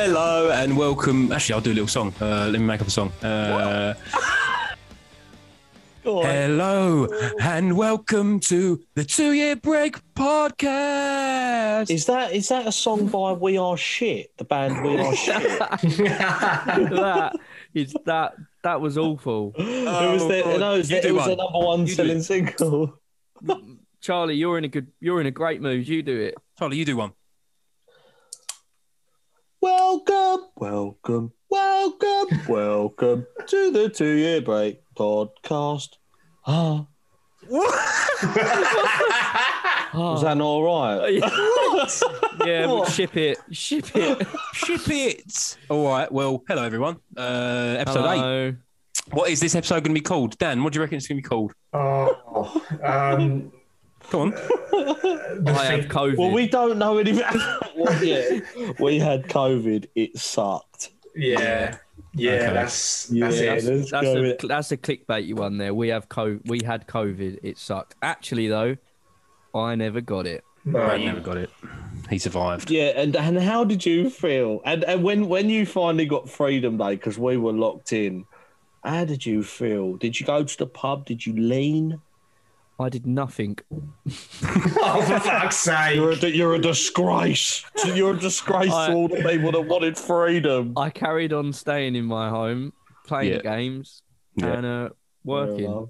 Hello and welcome. Actually, I'll do a little song. Uh, let me make up a song. Uh, Go on. Um, hello and welcome to the Two Year Break Podcast. Is that is that a song by We Are Shit? The band We Are Oh, Shit. that is that that was awful. it was their, no, Oh, it was, You their, do it was one. their number one You do selling it. single. Charlie, you're in a good you're in a great mood. You do it. Charlie, you do one. Welcome, welcome, welcome, welcome to the two year break podcast. Ah, was that not all right? yeah, we'll ship it. Ship it. Ship it. All right. Well, hello everyone. Uh, episode eight. Hello. What is this episode going to be called? Dan, what do you reckon it's going to be called? Oh, um, Come on. the I have thing- COVID. Well, we don't know any. well, yeah, we had COVID. It sucked. yeah, yeah, Okay. that's Yeah, that's that's, it. let's that's go a with it. that's a clickbaity one there. We have co we had COVID. It sucked. Actually though, I never got it. No, I never got it. He survived. Yeah, and, and how did you feel? And and when when you finally got Freedom Day, because we were locked in, how did you feel? Did you go to the pub? Did you lean? I did nothing. oh, for fuck's You're a, sake! di- you're a disgrace. You're a disgrace I- to all the people that wanted freedom. I carried on staying in my home, playing Yeah. games Yeah. and uh, working.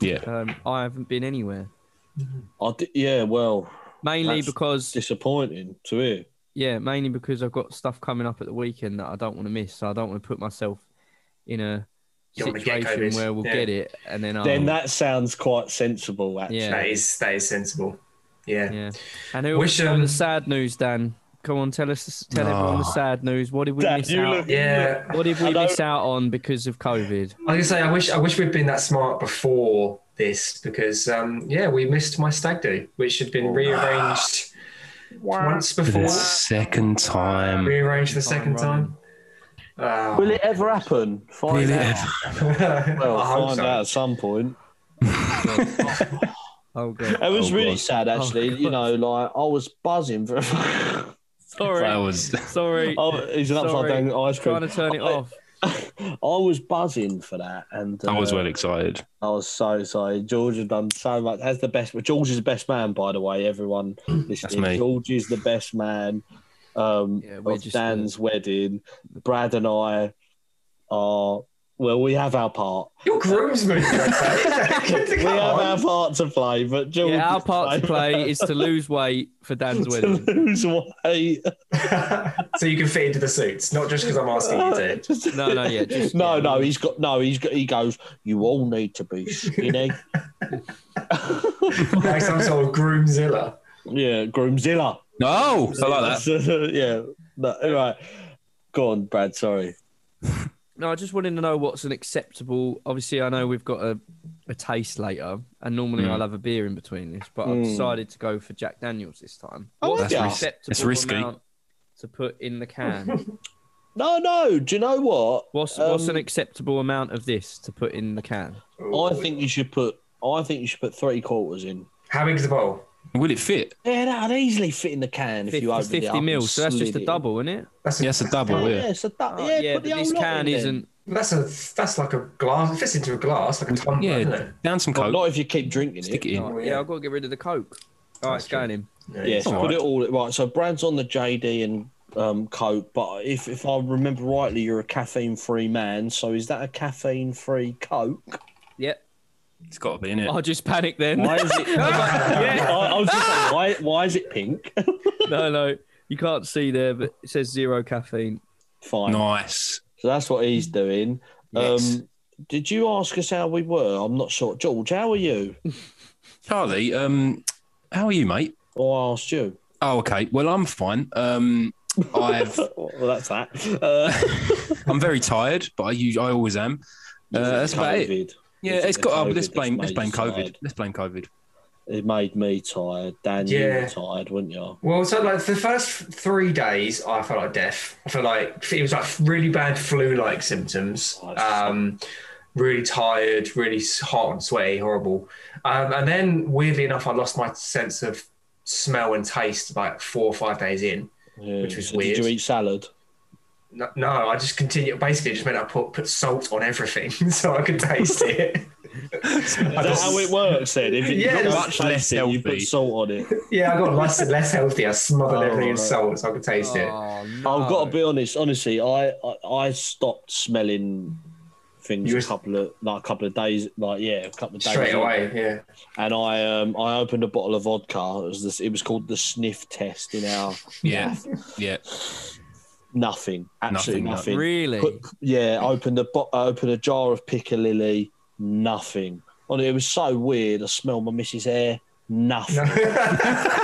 Yeah. Um, I haven't been anywhere. I di- yeah, well, Mainly That's because disappointing to hear. Yeah, mainly because I've got stuff coming up at the weekend that I don't want to miss. So I don't want to put myself in a You wanna get situation COVID, where we'll yeah. get it and then I'll. Then that sounds quite sensible, actually. Yeah. That is that is sensible. Yeah. yeah. And who Wish, was on um, the sad news, Dan? Come on, tell us, tell everyone the Oh. sad news. What did we Dan, miss you out? look- yeah. What did I we don't- miss out on because of COVID? I was gonna say, I wish I wish we'd been that smart before this because um, yeah, we missed my stag do, which had Oh. been rearranged once For before. the second time. Rearranged the second time. Uh, Will it ever happen? Find Will it out. ever- Well, I hope find so. out at some point. Oh god, It was Oh, really God. sad, actually. Oh, you know, like I was buzzing for. That sorry, was. sorry. oh, he's an upside Sorry. down ice cream. Trying to turn it I- off. I was buzzing for that, and I was uh, well excited. I was so excited. George had done so much. Has the best. George is the best man, by the way. Everyone listening, me. George is the best man. Um, Yeah, we're of just Dan's wedding. Brad and I are. Well, we have our part. You're groomsmen. We have our part to play, but George. Yeah, our is part to so- play is to lose weight for Dan's to wedding. lose weight. so you can fit into the suits, not just because I'm asking you to. Just- No, no, yeah, just- no, yeah. no. He's got no. He's got. He goes. You all need to be skinny. like some sort of groomzilla. yeah, groomzilla. No, Oh, I like that. that. yeah. No, all right. Go on, Brad. Sorry. No, I just wanted to know what's an acceptable. Obviously, I know we've got a, a taste later, and normally Mm. I'll have a beer in between this, but Mm. I've decided to go for Jack Daniels this time. Oh, What's yeah. an That's acceptable it's risky. amount to put in the can? No, no. Do you know what? What's what's Um, an acceptable amount of this to put in the can? Oh, I think you should put. I think you should put three quarters in. How big's the bowl? Will it fit? Yeah, that'd easily fit in the can if Fif- you opened it up 50 and mil, so that's just slid a it. double, isn't it? That's Yes, a double. Yeah, Yeah. it's a du- Oh, yeah, yeah, put but the this whole lot can in then. isn't. That's a that's like a glass. It fits into a glass like a tumbler. Yeah. Isn't it? Down some Well, coke. Not if you keep drinking it. Stick it in. Oh, yeah. Yeah. I've got to get rid of the Coke. All right, That's it's going in. Yes, All put right. it all right. So Brad's on the JD and um, Coke, but if, if I remember rightly, you're a caffeine free man. So is that a caffeine free Coke? Yep. It's got to be in it. I just panicked then. Why is it? Yeah. I, I was just like, why, why is it pink? no, no, you can't see there, but it says zero caffeine. Fine. Nice. So that's what he's doing. Yes. Um, did you ask us how we were? I'm not sure. George, how are you? Charlie, um, how are you, mate? Or I asked you. Oh, okay. Well, I'm fine. Um, I've well, that's that. Uh, I'm very tired, but I usu I always am. Uh, that's about it. COVID. Yeah, Is it it's the got. oh, COVID let's that's blame. Let's made blame you COVID. tired? Let's blame COVID. It made me tired. Dan, you Yeah. were tired, weren't you? Well, so like the first three days, I felt like death. I felt like it was like really bad flu-like symptoms. Oh, that's Um, really tired, really s- hot and sweaty, horrible. Um, and then, weirdly enough, I lost my sense of smell and taste like four or five days in. Yeah. Which was Did weird. you eat salad? No, no, I just continue. Basically, it just meant I put put salt on everything so I could taste it. I Is that got- how it works then? If Yeah, it's it's much less it, you healthy. put salt on it. yeah, I got less and less healthy. I smothered Oh, everything in right. Oh, salt so I could taste it. Oh, I've got to be honest. Honestly, I, I I stopped smelling things You a just- couple of like a couple of days, like yeah, a couple of days Straight in. away, yeah. And I um I opened a bottle of vodka. It was this, it was called the sniff test in our Yeah. Yeah. nothing, absolutely Nothing, no. nothing. Really? Put- yeah, I opened a bo- I opened a jar of piccalilli, nothing. And it was so weird. I smelled my missus' hair, nothing,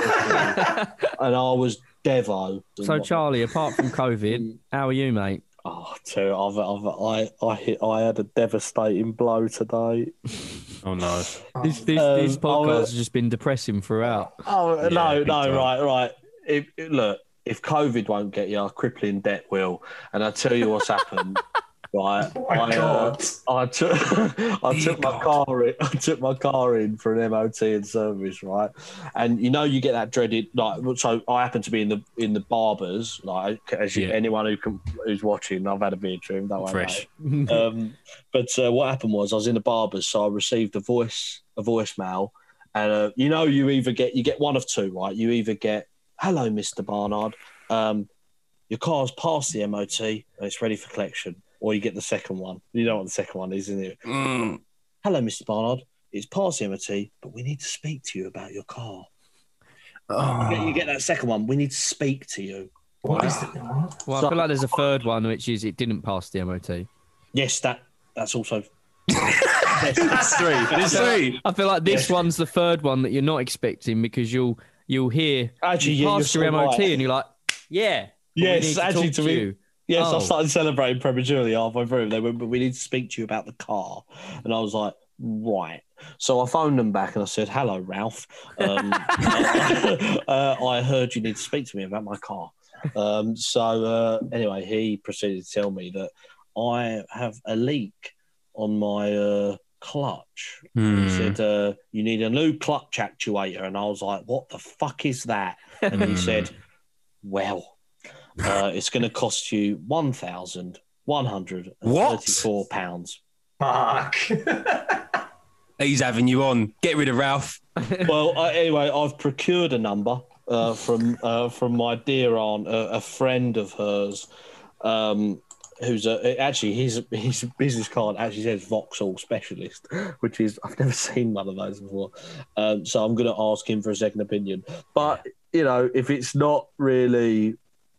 and I was devo. so, Charlie, apart from COVID, how are you, mate? Oh, dude, I've, I've, I, I hit, I had a devastating blow today. Oh no. This, this, Um, this I podcast will- has just been depressing throughout. Oh Yeah, no, no, big time. right, right. If, look, if COVID won't get you, crippling debt will. And I tell you what's happened. Right, Oh I, my uh, God. I took I took my car in, I took my car in for an MOT and service, right? And you know you get that dreaded like so I happen to be in the in the barbers, like as you, Yeah. anyone who can who's watching, I've had a beer dream, don't worry. about Fresh. it. Um but uh, what happened was I was in the barbers, so I received a voice a voicemail and uh, you know you either get you get one of two, right? You either get hello Mr. Barnard, um your car's passed the MOT and it's ready for collection. Or you get the second one. You know what the second one is, isn't it? Mm. Hello, Mr. Barnard. It's past the MOT, but we need to speak to you about your car. You get- You Oh. get that second one. We need to speak to you. What is it? What? Well, I So- feel like there's a third one, which is it didn't pass the MOT. Yes, that that's also. That's three. There's three. I feel like this Yeah. one's the third one that you're not expecting because you'll you'll hear Actually, you yeah, pass you're your so MOT right. and you're like, yeah. but we Yes, need actually, talk to me- you. Yes, Oh. I started celebrating prematurely halfway through. They went, but we need to speak to you about the car. And I was like, right. So I phoned them back and I said, hello, Ralph. Um, uh, I heard you need to speak to me about my car. Um, so uh, anyway, he proceeded to tell me that I have a leak on my uh, clutch. Hmm. He said, uh, you need a new clutch actuator. And I was like, what the fuck is that? And he Hmm. said, well, uh, it's going to cost you £1,134. Fuck. He's having you on. Get rid of Ralph. well, I, anyway, I've procured a number uh, from uh, from my dear aunt, a, a friend of hers, um, who's a, actually his his business card actually says Vauxhall specialist, which is I've never seen one of those before. Um, so I'm going to ask him for a second opinion. But you know, if it's not really,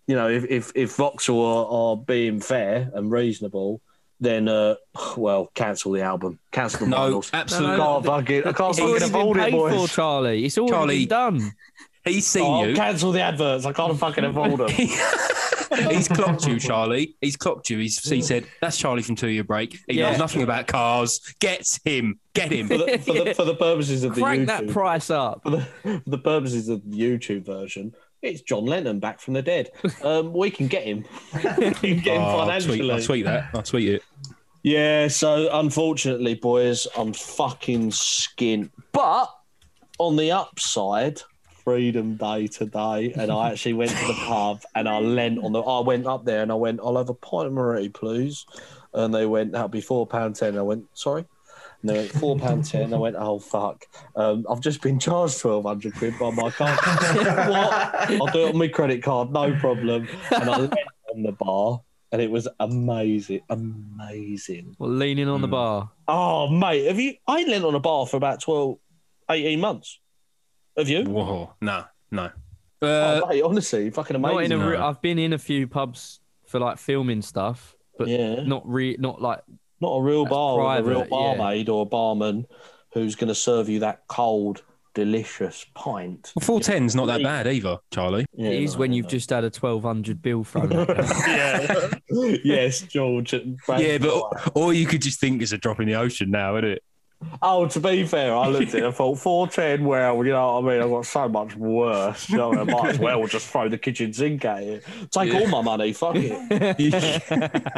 you know, if if, if Vauxhall are, are being fair and reasonable. Then, uh, well, cancel the album, cancel the No, models. I absolutely. No, can't fucking, I can't It's fucking already been afford it, paid boys. for, Charlie. It's already Charlie. been done. He's seen Oh, you. cancel the adverts. I can't fucking afford them. He's clocked you, Charlie. He's clocked you. He's, he said, "That's Charlie from Two Year Break. He Yeah. knows nothing about cars. Get him. Get him." for, the, for, the, for the purposes of the Crank that YouTube, price up. for, the, for the purposes of the YouTube version, it's John Lennon back from the dead. Um, we can get him. we can get him Oh, I'll financially. tweet, I'll tweet that. I'll tweet it. Yeah. So unfortunately, boys, I'm fucking skint. But on the upside. Freedom Day today, and I actually went to the pub and I lent on the. I went up there and I went, "I'll have a pint of Moretti, please," and they went, "That'll be four pound ten. I went, "Sorry," and they went, 4 pound ten." I went, "Oh fuck, um, I've just been charged twelve hundred quid by my card. "Oh, what? I'll do it on my credit card, no problem." And I lent on the bar, and it was amazing, amazing. Well, leaning on the Mm. bar. Oh mate, have you? I ain't lent on a bar for about 12, 18 months. Have you? Whoa, no, no. oh, mate, honestly, fucking Uh, Not in amazing. a no. re- I've been in a few pubs for like filming stuff, but yeah, not re- not like not a real that's bar with a real private, yeah. barmaid or a barman who's going to serve you that cold, delicious pint. Well, four ten's not that bad either, Charlie. Yeah, it is no, when no, you've no. just had a twelve hundred bill thrown. at you. Yeah, yes, George. and Frank. yeah, but or you could just think it's a drop in the ocean now, isn't it? oh, to be fair, I looked at it and thought four ten. Well, you know what I mean. I've got so much worse. You know, I might as well just throw the kitchen sink at it. Take Yeah. all my money. Fuck it.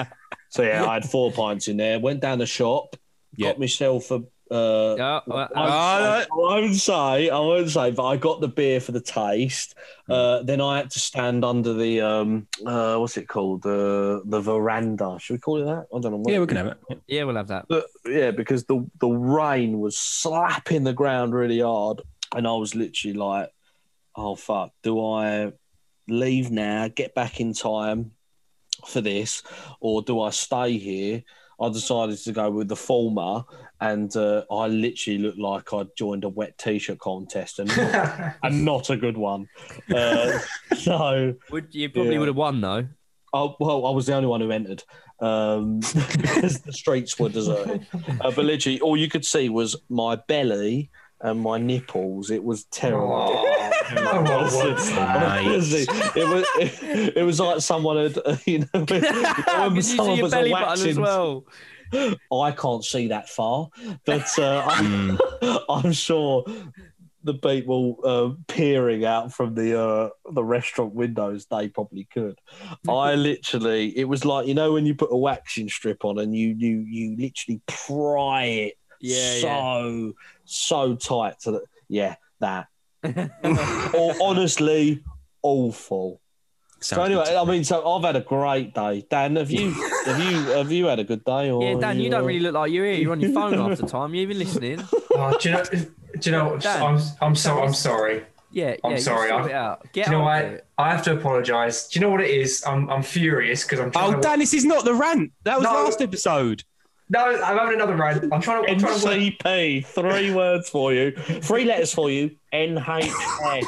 So yeah, I had four pints in there. Went down the shop, Yeah. got myself a, Uh, Yeah, well, I, uh, I, I won't say, I won't say, but I got the beer for the taste. Uh, then I had to stand under the um, uh, what's it called? The the veranda. Should we call it that? I don't know. what- Yeah, we can have it. yeah, we'll have that. The- yeah, because the the rain was slapping the ground really hard, and I was literally like, "Oh fuck, do I leave now? Get back in time for this, or do I stay here?" I decided to go with the former, and uh, I literally looked like I joined a wet t-shirt contest, and not, and not a good one. Uh, so. Would you probably Yeah. would have won though? Oh, well, I was the only one who entered um, because the streets were deserted. Uh, but literally, all you could see was my belly and my nipples. It was terrible. Aw. Oh, what's that? Honestly, it was it, it was like someone had uh, you know when- when Can you see someone your was a belly button as waxing- well? I can't see that far, but uh, Mm. I'm, I'm sure the people uh, peering out from the uh, the restaurant windows they probably could. I literally, it was like you know when you put a waxing strip on and you you you literally pry it Yeah, so so tight so that yeah that yeah. or honestly awful. So Sounds anyway, good. I mean, so I've had a great day. Dan, have you have you have you had a good day? Or yeah, Dan, you don't uh, really look like you're here. You're on your phone half the time. You even listening? Oh, do you know? Do you know? Dan, I'm, I'm so I'm sorry. Yeah, I'm yeah. you sorry, sort I- it out. Get Do you know on I with it. I have to apologise. Do you know what it is? I'm I'm furious because I'm trying Oh, to. Dan, this is not the rant. That was No. last episode. No, I'm having another round. I'm trying to. I'm trying to work. NCP, three words for you, three letters for you. NHS.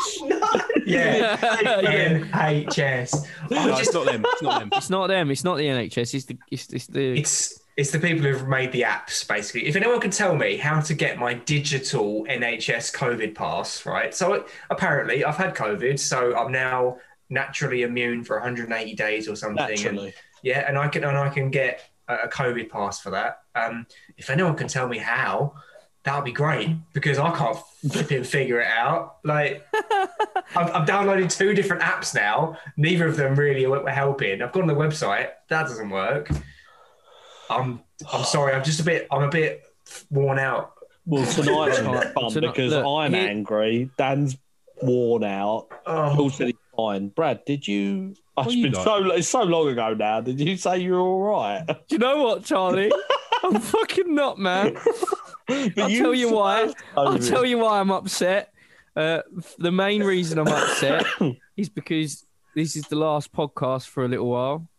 Yeah. Yeah. NHS. I No, just, it's not them. It's not them. It's not them. It's not the NHS. It's the. It's, it's the. it's it's the people who've made the apps basically. If anyone could tell me how to get my digital NHS COVID pass, right? So apparently I've had COVID, so I'm now naturally immune for 180 days or something. and- Naturally. Yeah, and I can and I can get a a COVID pass for that. Um, if anyone can tell me how, that would be great because I can't flipping figure it out. Like, I've, I've downloaded two different apps now. Neither of them really were were helping. I've gone on the website. That doesn't work. I'm I'm sorry. I'm just a bit. I'm a bit worn out. Well, tonight's not fun Tonight- because look, I'm you- angry. Dan's worn out. Oh, Also, he's fine. Brad, did you? It's you been like? so it's so long ago now. Did you say you were all right? Do you know what, Charlie? I'm fucking not, man. But I'll tell you why. I'll tell you why I'm upset. Uh, f- the main reason I'm upset is because this is the last podcast for a little while.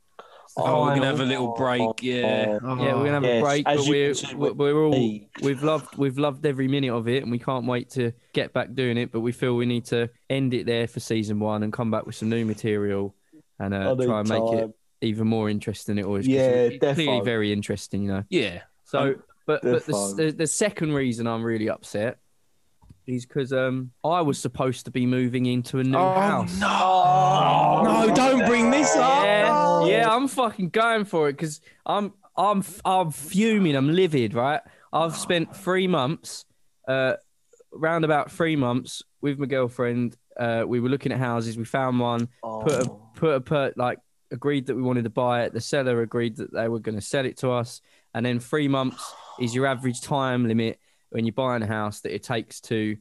Oh, we're gonna have a little Oh, break. Yeah. oh, yeah, we're gonna have yes, a break, as but you we're, can see, we're we're we're all fatigued. we've loved we've loved every minute of it, and we can't wait to get back doing it. But we feel we need to end it there for season one and come back with some new material and uh, I need try and make time. it even more interesting. than It always 'cause Yeah, it's clearly defo. very interesting, you know. Yeah. So, but but the, Defo. the the second reason I'm really upset is because um I was supposed to be moving into a new Oh, house. Oh, No, don't bring this up. Yeah, yeah, I'm fucking going for it because I'm I'm I'm fuming. I'm livid. Right, I've spent three months, uh, round about three months with my girlfriend. Uh, we were looking at houses. We found one. Put a put a put like agreed that we wanted to buy it. The seller agreed that they were going to sell it to us. And then three months is your average time limit when you're buying a house that it takes to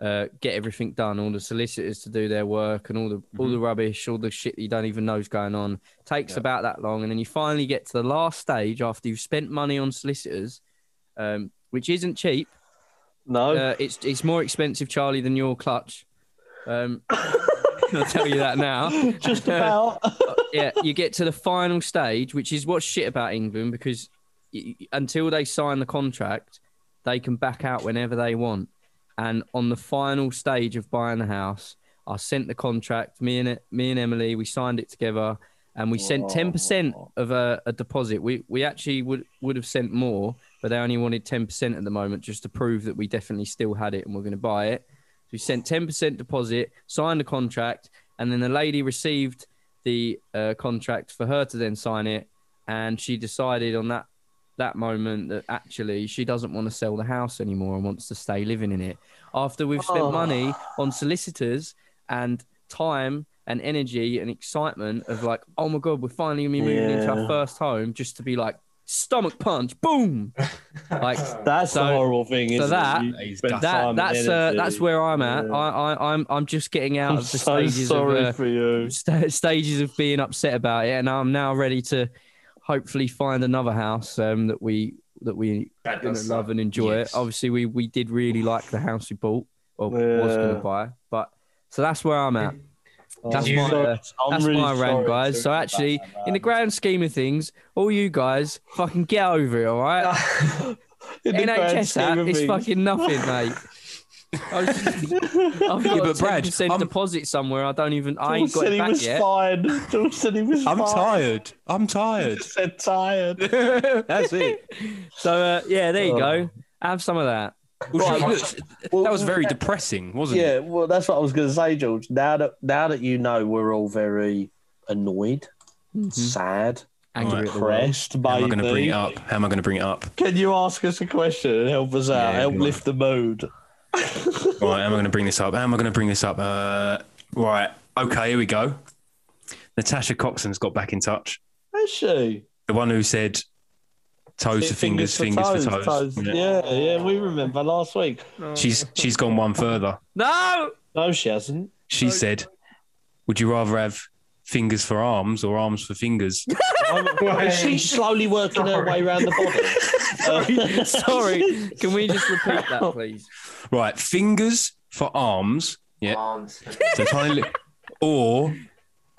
uh, get everything done, all the solicitors to do their work and all the all the rubbish, all the shit that you don't even know is going on. Takes about that long, and then you finally get to the last stage after you've spent money on solicitors, um, which isn't cheap. Oh, No. Uh, it's it's more expensive, Charlie, than your clutch. Um, I'll tell you that now. just about. yeah, you get to the final stage, which is what's shit about England because y- y- until they sign the contract, they can back out whenever they want. And on the final stage of buying the house, I sent the contract. Me and me and Emily, we signed it together, and we sent ten percent of a, a deposit. We we actually would would have sent more, but they only wanted ten percent at the moment, just to prove that we definitely still had it and we're going to buy it. So we sent ten percent deposit, signed the contract, and then the lady received the uh, contract for her to then sign it, and she decided on that that moment that actually she doesn't want to sell the house anymore and wants to stay living in it. After we've spent Oh. money on solicitors and time and energy and excitement of like, oh my god, we're finally gonna be moving into our Yeah. first home, just to be like, stomach punch, boom. Like That's So- the horrible thing. Isn't that- it? You He's done. spend time that. and That's uh, energy. that's where I'm at. Yeah. I, I I'm I'm just getting out I'm of the so stages sorry of uh, for you. st- stages of being upset about it, and I'm now ready to hopefully find another house um, that we that we That gonna does suck. love and enjoy Yes. it. Obviously, we we did really like the house we bought or was going Yeah. to buy, but so that's where I'm at. That's I'm my, sorry- uh, I'm that's really my rant, sorry guys. to So hear actually, about that, In the man. grand scheme of things, all you guys fucking get over it, all right? In the grand NHS scheme app of is things. fucking nothing, mate. I was just, I've Yeah, got a but Brad, 10% I'm- deposit somewhere. I don't even. I George ain't got said it he back was yet. fine. George said he was I'm fine. tired. I'm tired. He said tired. That's it. So uh, yeah, there you Oh. go. Have some of that. Well, Right. look, that was very depressing, wasn't Yeah, it? well, that's what I was going to say, George. Now that now that you know we're all very annoyed, Mm-hmm. sad, Right. Angry at the world. depressed, How am I going to bring maybe, it up? How am I going to bring it up? can you ask us a question and help us out? Yeah, help come on. lift the mood. Right, how am I going to bring this up? How am I going to bring this up? Uh, right, okay, here we go. Natasha Coxon's got back in touch. Has she? The one who said toes to fingers, fingers, for toes. Yeah. Yeah. yeah, we remember last week. She's she's gone one further. No. No, she hasn't. She said, "Would you rather have fingers for arms or arms for fingers?" Is she slowly working her way around the body? Uh, Sorry. Can we just repeat that, please? right, fingers for arms. Yeah, Arms. so tiny li- or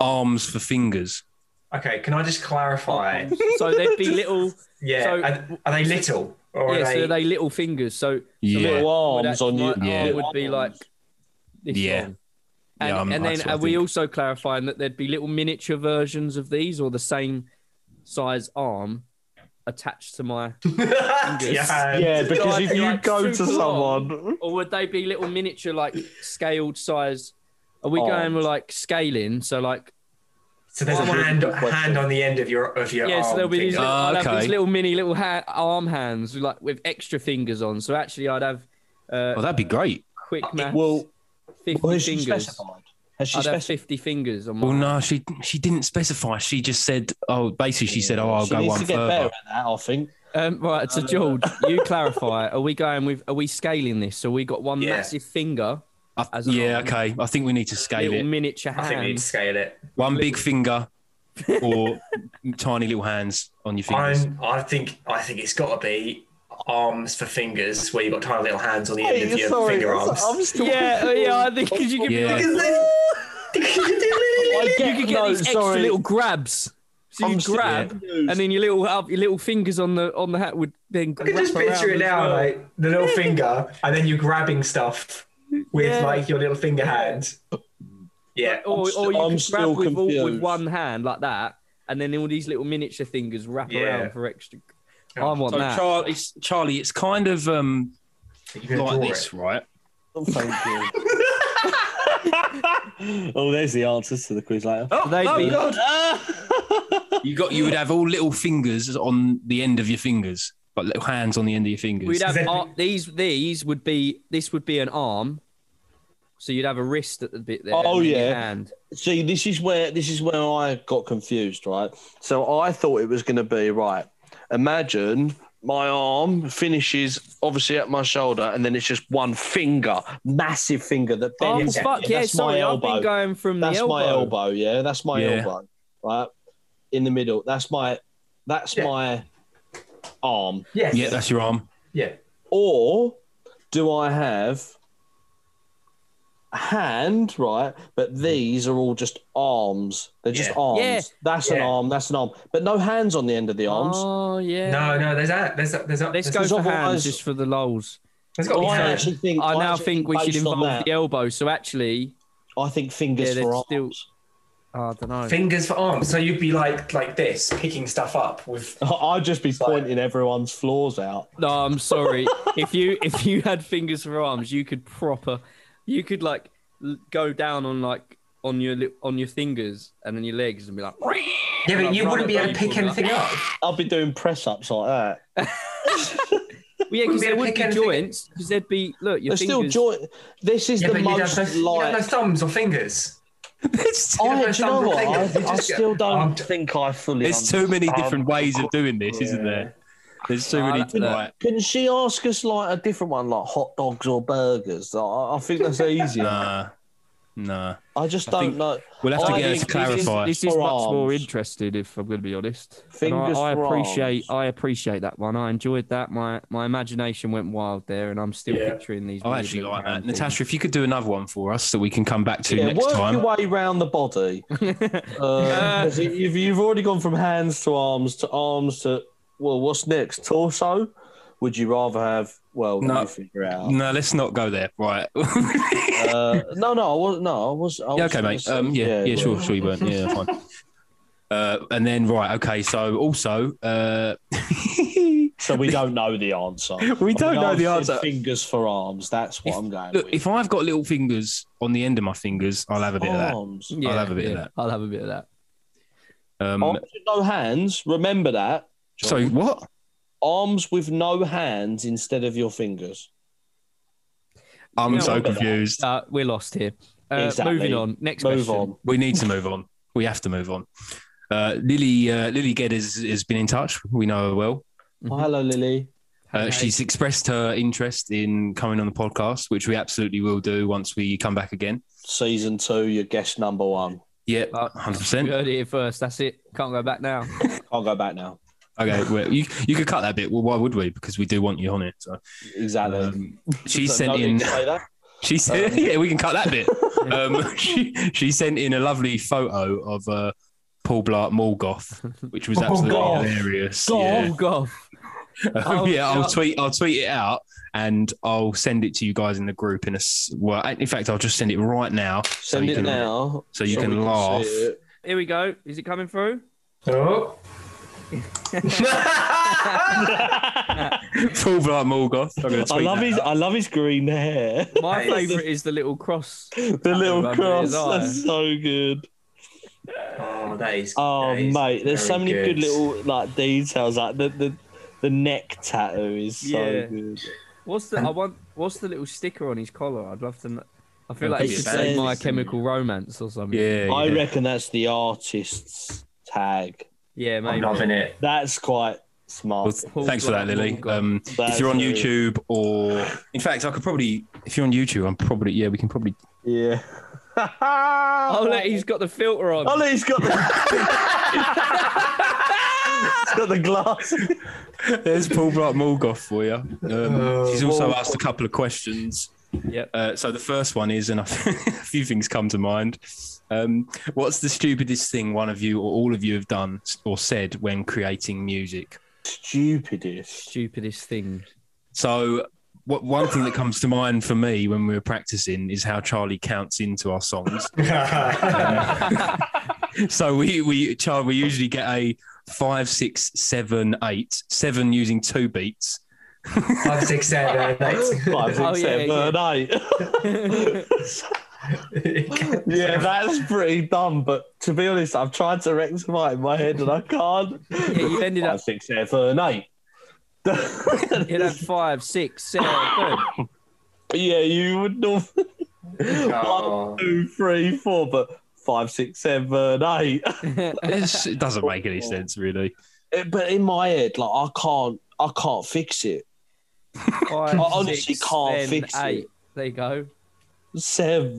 arms for fingers. Okay, can I just clarify? So there'd be little. Yeah, So- are, are they little or Yeah. are So they? they little fingers. So Yeah, Little would arms act- on you. my Yeah. arm would be like this Yeah. long. Yeah, And, I'm- and that's then what I are we think. also clarifying that there'd be little miniature versions of these or the same size arm attached to my yeah. Yeah, because I'd if be you like go to super long. someone, or would they be little miniature like scaled size are we going Arms. with like scaling so like So there's a Arm. hand Good question. hand on the end of your of your yeah so arm there'll be these finger. little, I'd have okay. these little mini little ha- arm hands with like with extra fingers on so actually I'd have uh, Well, that'd be great. quick maths well, 50 well, has she fingers specified? Has she I'd have specified? 50 fingers on my Well, no, she she didn't specify. She just said, "Oh, basically, she said, oh, I'll she go needs one to get further.'" better at that, I think. Um, right, Uh, so George, you clarify. Are we going with? Are we scaling this? So we got one Yeah. massive finger, I- as an yeah, arm. okay. I think we need to scale little it. miniature I think we need to hands. scale it. One big finger or tiny little hands on your fingers. I'm, I think I think it's got to be arms for fingers where you've got tiny little hands on the end of your finger arms. still. Yeah, uh, yeah. I think because you could Yeah. be like, Because they- I you could get no, these extra sorry. little grabs. So you I'm still grab, confused. and then your little up, your little fingers on the on the hat would then. I can just picture it now, like the little finger, and then you're grabbing stuff with Yeah. like your little finger hand. Yeah. or, I'm or you still- I'm still could grab with, all, with confused. one hand like that, and then all these little miniature fingers wrap Yeah. around for extra. Oh, I want So, that. Charlie, it's, Charlie, it's kind of um, You can like draw this, it. right? Oh, Thank you. oh, there's the answers to the quiz later. Oh, They'd be- You got. You would have all little fingers on the end of your fingers, but little hands on the end of your fingers. We'd have Is that- ar- these. These would be. This would be an arm. So you'd have a wrist at the bit there. Oh, and then your yeah. hand. See, this is where this is where I got confused, right? So I thought it was going to be right. Imagine my arm finishes obviously at my shoulder, and then it's just one finger, massive finger that Oh bends. fuck yeah! That's my Sorry, I've been elbow. going from That's the elbow. my elbow. Yeah, that's my Yeah. elbow. Right in the middle. That's my that's Yeah. my arm. Yes. yeah, that's your arm. yeah. Or do I have a hand? Right, but these are all just arms. They're just Yeah. arms. Mm-hmm. Yeah. That's an Yeah. arm. That's an arm. But no hands on the end of the arms. Oh yeah. No, no. There's that. There's that. There's that. Let's There's, go is for hands otherwise- just for the lols. There's got to be I hands. actually think. I now actually think we should based on involve that, the elbow. So actually, I think fingers Yeah, for there's arms. still- oh, I don't know. Fingers for arms. So you'd be like like this, picking stuff up with. I'd just be pointing everyone's flaws out. No, I'm sorry. if you if you had fingers for arms, you could proper, you could like l- go down on like on your li- on your fingers and then your legs and be like. Yeah, but you Right, wouldn't be people able to pick like- anything up. I'll be doing press ups like that. Well, yeah, because Wouldn't be there able would to pick be anything. joints. Because there'd be look, your They're still fingers. joint. This is Yeah, the but you'd most have no, you'd have no like. thumbs or fingers. There's too, I, but do you know some what? thing I, is, you I just get- still I'm don't t- think I fully. there's too many different ways of doing this, isn't Yeah. there? There's too Ah, many. that- that- Right. Can she ask us like a different one, like hot dogs or burgers? I, I think that's easier. Nah, nah. I just I don't think- know. We'll have to I get her think to Oh, this is- clarify. This is For much more arms. interested, if I'm going to be honest. And I, Fingers I for appreciate, arms. I appreciate that one. I enjoyed that. My my imagination went wild there, and I'm still Yeah. picturing these. I weird actually little like round that. things. Natasha, if you could do another one for us that we can come back to Yeah, next work time. your way around the body. Uh, 'cause you- you've, you've already gone from hands to arms to arms to well, what's next? Torso? Would you rather have? Well, No. you figure out. No, let's not go there. Right. Uh, no, no, I was no, I was. I was yeah, okay, gonna mate. say- Um, yeah, yeah, sure, sure you weren't. Yeah, fine. Uh, and then right, okay. So also, uh, we So we don't know the answer. don't I mean, know I've the said answer. Fingers for arms. That's what I'm going. Look, with. if I've got little fingers on the end of my fingers, I'll have a bit of that. arms. Yeah, have a bit of yeah, that. I'll have a bit of that. Um, Arms with no hands. Remember that. Oh, John. so what? arms with no hands instead of your fingers. I'm Yeah, so remember that. confused. Uh, we're lost here. Uh, Exactly. Moving on. Next Move question. on. We need to move on. We have to move on. Uh, Lily uh, Lily Geddes has been in touch. We know her well. Mhm. Oh, hello, Lily. Uh, Hey. She's expressed her interest in coming on the podcast, which we absolutely will do once we come back again. Season two, your guest number one. Yeah, Uh, hundred You percent. heard it here first. That's it. Can't go back now. Can't go back now. Okay, well, you you could cut that bit. Well, why would we? Because we do want you on it. So. Exactly. Um, she So sent no in. need to say that. She sent. Um, yeah, we can cut that bit. Um, she she sent in a lovely photo of uh, Paul Blart Morgoth, which was absolutely Morgoth. hilarious. Oh, Yeah. God. Um, Oh, yeah, I'll God. tweet. I'll tweet it out, and I'll send it to you guys in the group. In a s- well, in fact, I'll just send it right now, Send you it can- now. so you so we can see laugh. it. Here we go. Is it coming through? Oh. Paul Blart Morgoth. I'm gonna I tweet love that his. out. I love his green hair. My Yes. favourite is the little cross. the little remember cross. his eye. That's so good. oh, that is. Oh that is mate, there's so very many good. little like details. Like the the, the neck tattoo is so Yeah. good. What's the? I want. What's the little sticker on his collar? I'd love to. Know. I feel Yeah, like it's it should a say band, My isn't it? Chemical Romance or something. Yeah, I yeah. reckon that's the artist's tag. Yeah, I'm maybe. loving it. That's quite Well, smart. th- thanks for that, Lily. Um, That's if you're on very- YouTube or, in fact, I could probably, if you're on YouTube, I'm probably, yeah, we can probably. Yeah. Oh, oh, look, he's got the filter on. Oh, look, he's got the. he's got the glass. There's Paul Blart Morgoth for you. Um, she's also asked a couple of questions. Yep. Uh, so the first one is, and I- a few things come to mind. Um, what's the stupidest thing one of you or all of you have done or said when creating music? Stupidest. Stupidest thing. So, what, one thing that comes to mind for me when we were practicing is how Charlie counts into our songs. so we we Charlie, we usually get a five, six, seven, eight, seven using two beats. Five, six, seven, Five, Oh, six, yeah, seven, eight. eight. yeah, that's pretty dumb. But to be honest, I've tried to rectify it in my head and I can't. Yeah, you ended Five, up. six, seven, eight. You had five, six, seven. yeah, you would normally. Oh. One, two, three, four, but five, six, seven, eight. It's, it doesn't make any sense really. It- Eh, but in my head, like I can't, I can't fix it. I Five, honestly six, can't then fix it. eight. There you go. Seven,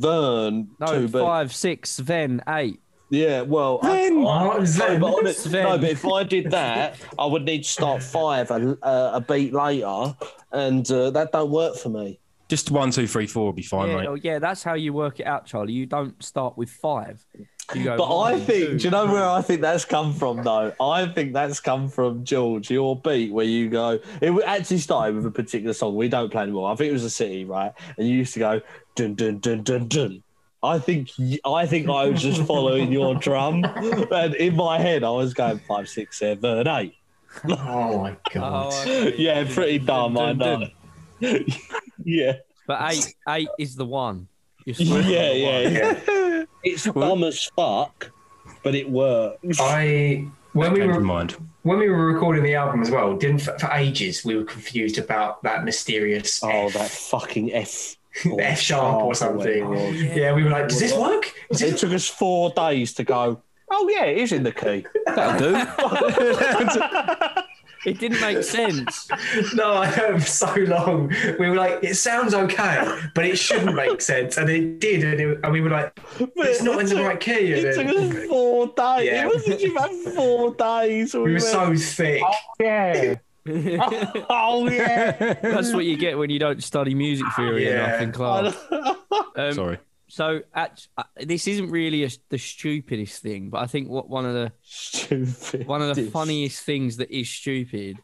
No, two, but five, six, then eight. yeah, well, I- Then- I- Oh, no, Zen. but, on it- Sven. no, but if I did that, I would need to start five a, a, a beat later, and uh, that don't work for me. Just one, two, three, four will be fine, yeah, mate. oh, yeah, that's how you work it out, Charlie. You don't start with five. You go. But I one, two, think, do you know where I think that's come from, though? I think that's come from George, your beat where you go, it wa- actually started with a particular song we don't play anymore. I think it was a city, right? And you used to go, dun, dun, dun, dun, dun. I think y- I think I was just following your drum, and in my head I was going five, six, seven, eight. Oh my Oh, god. okay. Yeah, pretty dumb, I Dun, dun, know. yeah, But eight, eight is the one. You're yeah, supposed to yeah, be the one. yeah. It's dumb as fuck, but it works. I when we Change your were mind. when we were recording the album as well, didn't for, for ages we were confused about that mysterious. Oh, F. that fucking F. F sharp or something. Yeah, we were like, does this work? Is It this took us four days to go. Oh yeah, it is in the key. That'll do. It didn't make sense. No, I know for so long. We were like, it sounds okay, but it shouldn't make sense. And it did. And, it, and we were like, it's not in the right key. And It took us then four days. It Yeah. wasn't even four days. we were so thick. yeah. That's Oh yeah. what you get when you don't study music theory enough Yeah. in class. Um, Sorry. So act- uh, this isn't really a, the stupidest thing, but I think what one of the Stupid. one of the funniest things that is stupid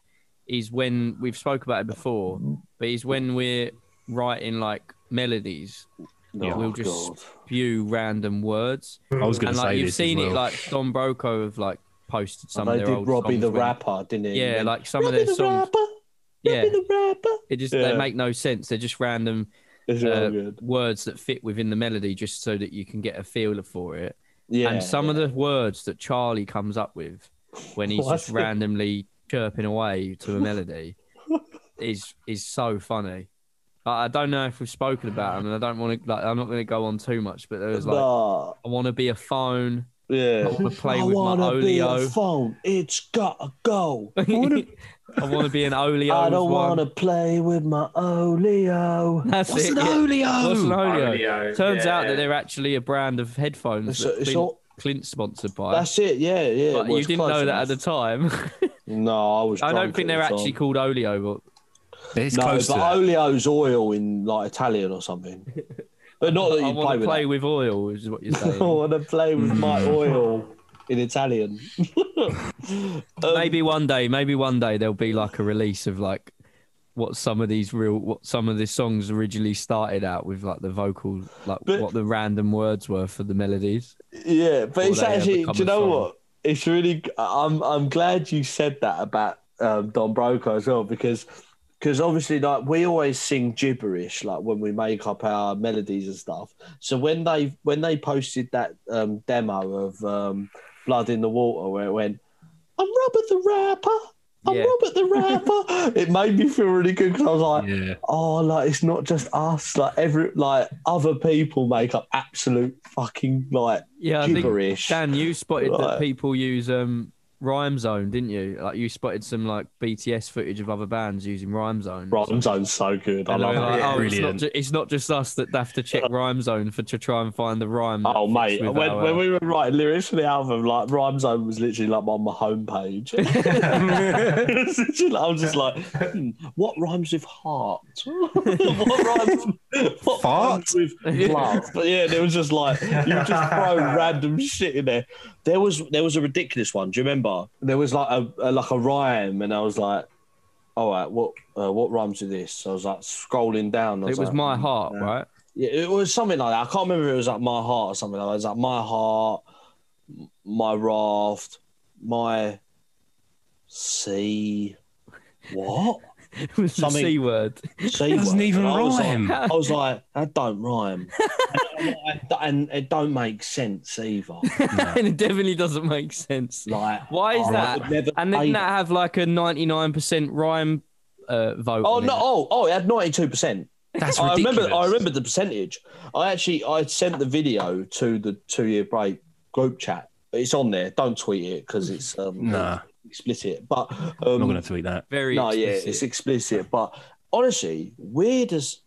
is when we've spoke about it before, but is when we're writing like melodies, Oh, Yeah. we'll just spew random words, I was going um, and to like say you've this seen as well. it, like Don Broco have like posted some they of their did old Robbie songs the when- rapper, didn't he? Yeah, Went, like some of Robbie their the songs. Rapper, Yeah, Robbie the rapper. it just Yeah. they make no sense. They're just random It's uh, all good. words that fit within the melody, just so that you can get a feel for it. Yeah. and some of the words that Charlie comes up with when he's What? just randomly chirping away to a melody is is so funny. I I don't know if we've spoken about them, and I don't want to. Like, I'm not going to go on too much, but there was like, Nah, I want to be a phone. I yeah. want to play I with my wanna be a oleo. phone. It's gotta go. I wanna- I want to be an oleo. I don't want wanna to. play with my oleo. That's What's it. an yeah. oleo? What's an oleo? Audio, Turns yeah. out that they're actually a brand of headphones It's- that it's Clint, all- Clint sponsored by. That's it. Yeah, yeah. but well, you it's didn't close know enough. that at the time. No, I was. I don't drunk think at they're the time. actually called oleo, but It's no, close to but that. oleo's oil in like Italian or something. But not that I you want play to with. play Play with oil, is what you're I saying. want to play with my oil in Italian. Um, maybe one day, maybe one day there'll be like a release of like what some of these real, what some of these songs originally started out with, like the vocal, like But- what the random words were for the melodies. Yeah, but Or it's they have actually. Do become you a know song. what? It's really. I'm. I'm glad you said that about um, Don Broco as well because. Because obviously, like we always sing gibberish, like when we make up our melodies and stuff. So when they when they posted that um, demo of um, "Blood in the Water," where it went, "I'm Robert the rapper, I'm Yeah. Robert the rapper," it made me feel really good because I was like, Yeah. oh, like it's not just us, like every like other people make up absolute fucking like Yeah, I Gibberish. think Dan, you spotted Right. that people use um Rhyme Zone, didn't you? Like you spotted some like BTS footage of other bands using Rhyme Zone. Rhyme Zone's so good. I And love we're it. Uh, like, Yeah. oh, it's not, Brilliant. ju- it's not just us that have to check Rhyme Zone for to try and find the rhyme. that Oh fits mate, with when, our- uh, when we were writing lyrics for the album, like Rhyme Zone was literally like on my homepage. It's literally like- I was just like, hmm, what rhymes with heart? what rhymes, what Fart? rhymes with love? But yeah, there was just like you would just throw random shit in there. There was there was a ridiculous one. Do you remember? There was like a, a like a rhyme, and I was like, all right, what uh, what rhymes with this? So I was like scrolling down. and I it was like, my heart, right? Mm. yeah, it was something like that. I can't remember if it was like my heart or something like that. It was like my heart, m- my raft, my sea. What? It was the Something- C word. Sea It doesn't word. even And I was rhyme. Like, I was like, that don't rhyme. and, and it don't make sense either. and it definitely doesn't make sense. Like Why is Oh, I that? would never And say didn't that. that have like a 99% rhyme uh, vote? Oh on no! it? Oh, oh! It had ninety-two percent. That's I ridiculous. remember. I remember the percentage. I actually I sent the video to the two-year break group chat. It's on there. Don't tweet it because it's um, Nah, explicit. But I'm not um, going to tweet that. Very no, yeah, explicit. it's explicit. But honestly, weird as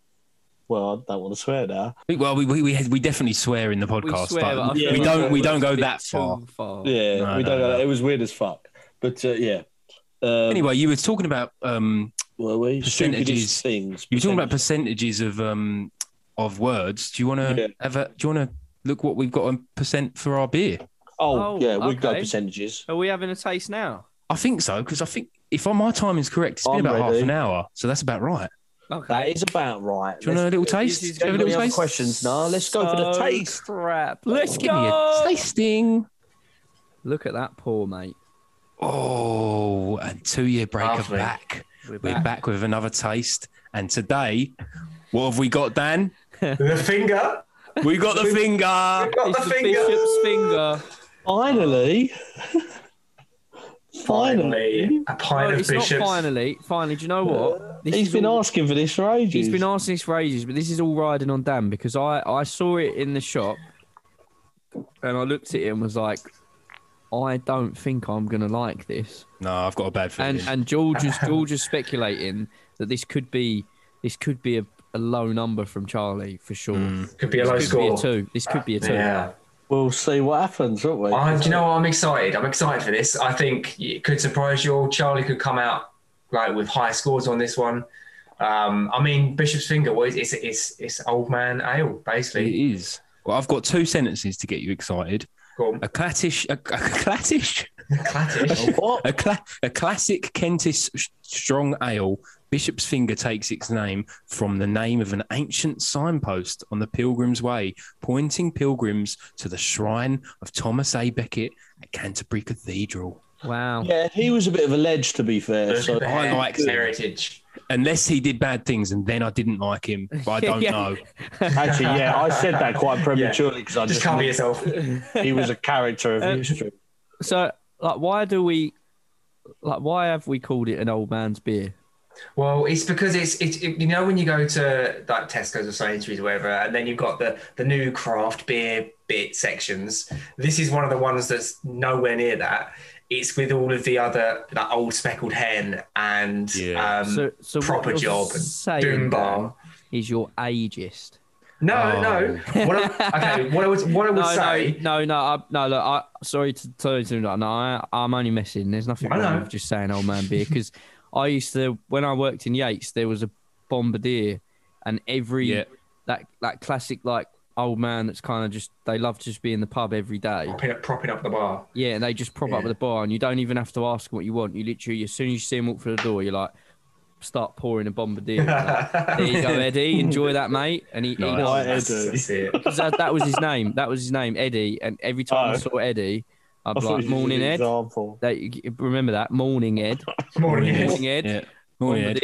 well, I don't want to swear now. Well, we we, we, we definitely swear in the We podcast. swear, but I but feel we like don't it we was don't a go bit that too far. far. Yeah, Oh, No, we no, don't. no. It was weird as fuck. But uh, yeah. Um, Anyway, you were talking about um were we percentages. stupidest things? you were talking about percentages of um of words. Do you want to Yeah. have a, Do you want to look what we've got on percent for our beer? Oh, Oh, yeah, we go okay. percentages. Are we having a taste now? I think so because I think if my time is correct, it's been I'm about ready. half an hour, so that's about right. That Okay. is about right. Do you want a Let's- little taste? This is Do you have a Any little other taste? questions? No, let's go for the So taste. Crap. Let's Give me a go. tasting. Look at that poor mate. Oh, and two year break Lovely. are back. We're We're back. back with another taste, and today, what have we got, Dan? the finger. We got the finger. Got It's the the finger. bishop's finger. Finally, Finally. a pint No, of Oh, it's bishops. not finally. Finally, do you know Uh, what? This He's is been all- asking for this for ages. He's been asking this for ages, but this is all riding on Dan because I, I saw it in the shop and I looked at it and was like, I don't think I'm gonna like this. No, I've got a bad feeling. And and George is George is speculating that this could be this could be a, a low number from Charlie for sure. Hmm. Could be a This low could score. be a two. This could be a two. Yeah. We'll see what happens, won't we? I, do you know what? I'm excited. I'm excited for this. I think it could surprise you all. Charlie could come out like with high scores on this one. Um, I mean, Bishop's Finger, well, it's, it's it's it's old man ale basically. It is. Well, I've got two sentences to get you excited. Cool. A clattish, a, a clattish, Clattish. What? a, cla- a classic Kentish s- strong ale. Bishop's Finger takes its name from the name of an ancient signpost on the Pilgrim's Way, pointing pilgrims to the shrine of Thomas A. Becket at Canterbury Cathedral. Wow. Yeah, he was a bit of a ledge, to be fair. Oh, So I like it. heritage. Unless he did bad things and then I didn't like him, but I don't Yeah. know. actually, yeah, I said that quite prematurely because I Just just, cover yourself. he was a character of history. So like why do we like why have we called it an old man's beer? Well, it's because it's it's it, you know when you go to like Tesco's or Sainsbury's or wherever, and then you've got the the new craft beer bit sections. This is one of the ones that's nowhere near that. It's with all of the other like old speckled hen and Yeah. um, So so what proper you're job and saying, doom Dan, bar. is your ageist. No, Oh. no. What I, okay, what I would what I would no, say. no, no, no, I, no. Look, I, sorry to tell you, no, no, I, I'm only messing. There's nothing I wrong know. with just saying old man beer because I used to when I worked in Yates, there was a Bombardier, and every Yeah. that that classic like old man that's kind of just they love to just be in the pub every day. Propping up, propping up the bar. Yeah, and they just prop up Yeah. at the bar, and you don't even have to ask what you want. You literally, as soon as you see them walk through the door, you're like, start pouring a Bombardier. Like, there you go, Eddie. Enjoy that, mate. And he, he Nice. does. Right, That's- Eddie. that's it. Because that, that was his name. That was his name, Eddie. And every time I Oh. saw Eddie, I'd I be thought like, he was an "Morning, Ed." Example. That, remember that, morning, Ed. Morning. Ed. Morning, Ed. Yeah. Morning, Ed.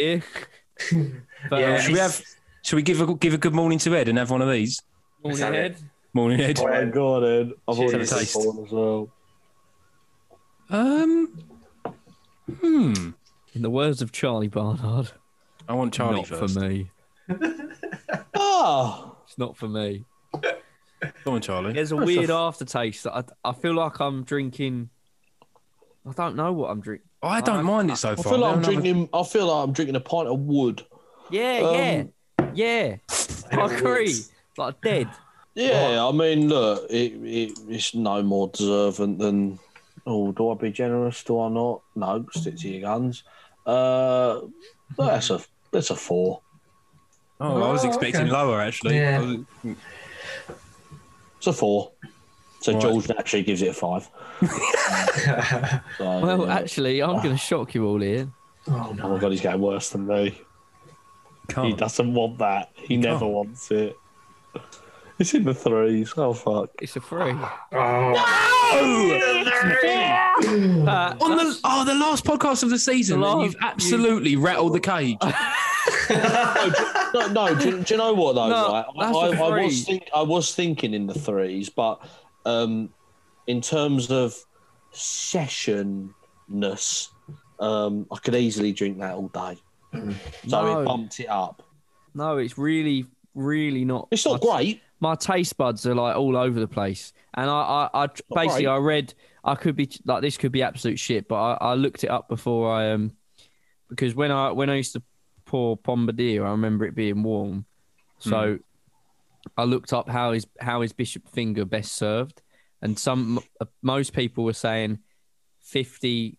Bombardier. but, Yeah, um, Should we have? Should we give a give a good morning to Ed and have one of these? morning, Sorry. Ed. Morning, Ed. Oh my god, Ed. I've already Cheers. taste. as well. Um. Hmm. In the words of Charlie Barnard, I want Charlie not first. for me. Ah, It's not for me. Go on, Charlie. There's a That's a weird f- aftertaste that I, I feel like I'm drinking. I don't know what I'm drinking. Oh, I don't I- mind it so I far. feel like I'm Don't know- drinking. I feel like I'm drinking a pint of wood. Yeah, Um, yeah, yeah. I agree. Like dead. Yeah, I mean, look, it, it, it's no more deserving than. Oh, do I be generous? Do I not? No, stick to your guns. Uh, that's a that's a four. Oh, I was Oh, expecting okay. lower actually. Yeah. I was- It's a four. So Right. George naturally gives it a five. So, Well, yeah. actually, I'm going to shock you all here. oh oh my no. god, he's getting worse than me. He Can't. doesn't want that. He never Oh. can't. wants it. It's in the threes. Oh fuck. It's a free. Oh. Uh, On the oh, the last podcast of the season, The and last- you've absolutely rattled the cage. No, no. Do, do you know what though? No, right? I, that's I, a I was three. think, I was thinking in the threes, but um, in terms of sessionness, um, I could easily drink that all day. Mm. So No. it bumped it up. no, it's really, really not. It's not my, great. My taste buds are like all over the place, and I, I, I basically, great. I read, I could be like, this could be absolute shit, but I, I looked it up before I um, because when I when I used to pour Bombardier, I remember it being warm, so I looked up how is how is Bishop Finger best served, and some m- most people were saying 50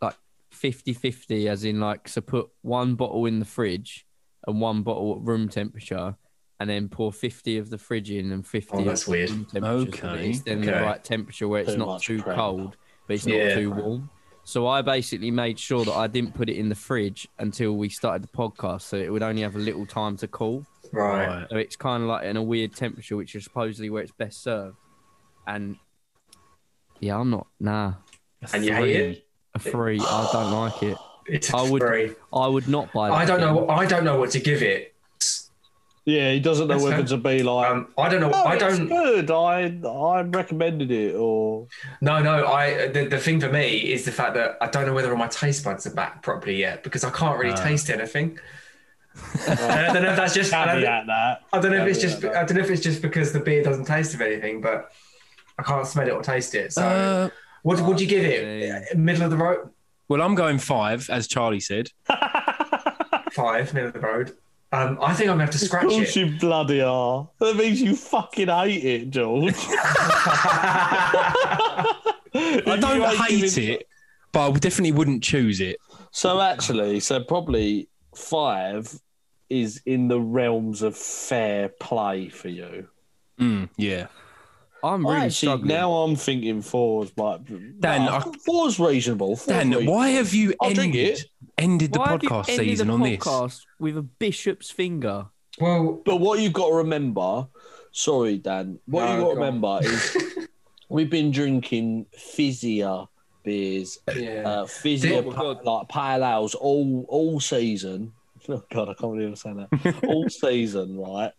like 50 50 as in like so put one bottle in the fridge and one bottle at room temperature and then pour 50 of the fridge in and 50 Oh, that's at weird. room temperature so that Okay. it's then the Okay. right temperature where it's Too not much too prep. cold but it's not Yeah. too warm so I basically made sure that I didn't put it in the fridge until we started the podcast so it would only have a little time to cool Right. Right. so it's kind of like in a weird temperature which is supposedly where it's best served and yeah I'm not nah And you hate it? a free. I don't like it. It's I would- very- I would not buy that. I don't again. know. I don't know what to give it. Yeah, he doesn't know That's whether to fair. be like, Um, I don't know. "Oh, I it's don't. good. I I recommended it, or No, no. I the, the thing for me is the fact that I don't know whether my taste buds are back properly yet because I can't really taste anything. And I don't know if that's just. I don't, caveat that. I don't know if it's Caveat just. that. I don't know if it's just because the beer doesn't taste of anything, but I can't smell it or taste it. So, Uh, what would you give Fucking it? Middle of the road, well, I'm going five, as Charlie said. five. Middle of the road. Um, I think I'm gonna have to Of scratch course it. you bloody are. That means you fucking hate it, George. I don't hate it, but I definitely wouldn't choose it. So actually, so probably five is in the realms of fair play for you. Mm, yeah. I'm really Actually, struggling. now I'm thinking fours might. Dan, Nah, I- four's reasonable. Four's Dan, reasonable. why have you I'll drink ended, it. ended the Why have you podcast ended season the on this? podcast with a bishop's finger? well, But what you've got to remember, sorry, Dan, what No, you've got to go on. remember is we've been drinking fizzier beers, yeah. uh, fizzier Oh my pa- like pale ales all all season. Oh God, I can't believe I'm saying that. all season, right?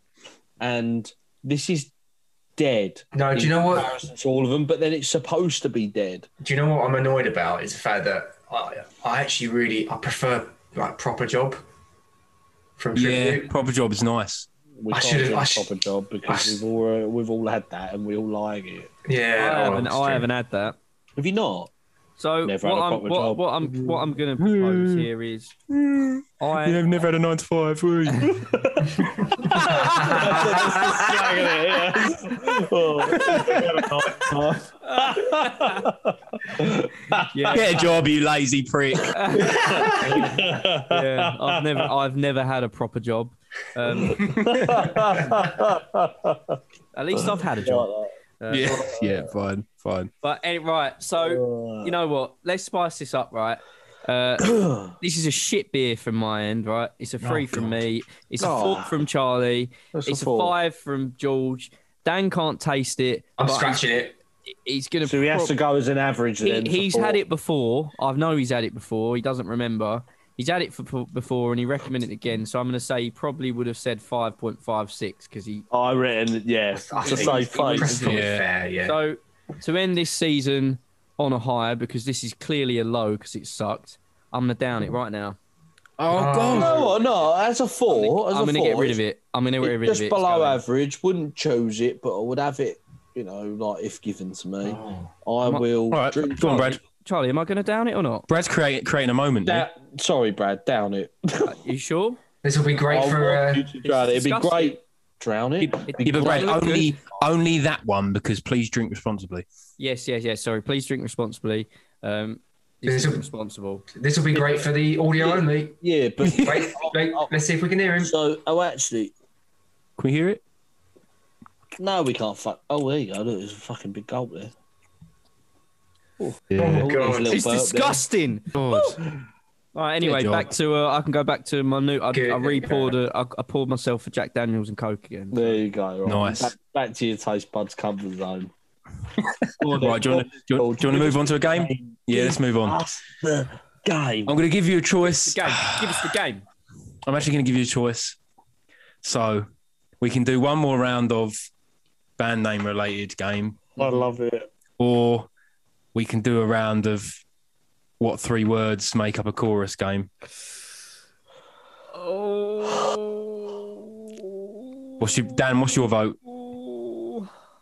And this is dead. no, do you know what? It's all of them, but then it's supposed to be dead. do you know what I'm annoyed about is the fact that I, I actually really I prefer like proper job from Yeah, tribute. proper job is nice. We I can't should've- do I a sh- proper job because sh- we've all uh, we've all had that and we all like it. Yeah, I, oh, haven't, that's I true. haven't had that. Have you not? So Never had what a I'm, proper what, job. what I'm what I'm going to propose here is I never had a nine to five, yeah, Get a job, you lazy prick. yeah I've never I've never had a proper job. Um, at least I've had a job. Uh, yeah, yeah, fine, fine. But any, right, so you know what? Let's spice this up, right? Uh, this is a shit beer from my end, right? It's a three from me. It's a four Oh. from Charlie. That's it's a a, four. five from George. Dan can't taste it. I'm but scratching it. he's- He's gonna. So he has prob- to go as an average. he- then for he's four. had it before. I know he's had it before. He doesn't remember. He's had it for, for- before, and he recommended it again. So I'm gonna say he probably would have said five point five six because he. Oh, I reckon, yeah, it's I a think safe it's probably place. Yeah. fair. Yeah. So to end this season on a high because this is clearly a low because it sucked. I'm gonna down it right now. Oh, Oh. God. No, what? no, as a four, as I'm a gonna four, get rid of it. I'm gonna get rid Just of it. It's below going. average, wouldn't choose it, but I would have it. You know, like if given to me, Oh. I Am I- will. All right, drink go on, Brad. Charlie, am I gonna down it or not? Brad's create, creating a moment. yeah? Da- sorry, Brad, down it. Uh, You sure? This will be great I for. want Uh, you to drown it. It'd be disgusting. great. Drown it. It- Yeah, but Brad, Does it look only good? only that one because please drink responsibly. Yes, yes, yes. Sorry, please drink responsibly. Um, this There's is a- responsible. this will be great for the audio only. Yeah, but Wait, wait. Let's see if we can hear him. so oh, actually, Can we hear it? no, we can't. Fuck. Oh, there you go. Look, there's a fucking big gulp there. Yeah. Oh, there's a little It's burp there. disgusting. God. All right. Anyway, John. back to uh, I can go back to my new. I, Good, I yeah. re-poured. A, I, I poured myself a Jack Daniels and Coke again. There you go. right. Nice. Back, back to your taste buds comfort zone. right, do you want to move on to a game? Yeah, let's move on. That's the game. I'm going to give you a choice. Game. Give us the game. I'm actually going to give you a choice. So we can do one more round of band name related game, I love it. or we can do a round of what three words make up a chorus game. Oh. What's your Dan? What's your vote?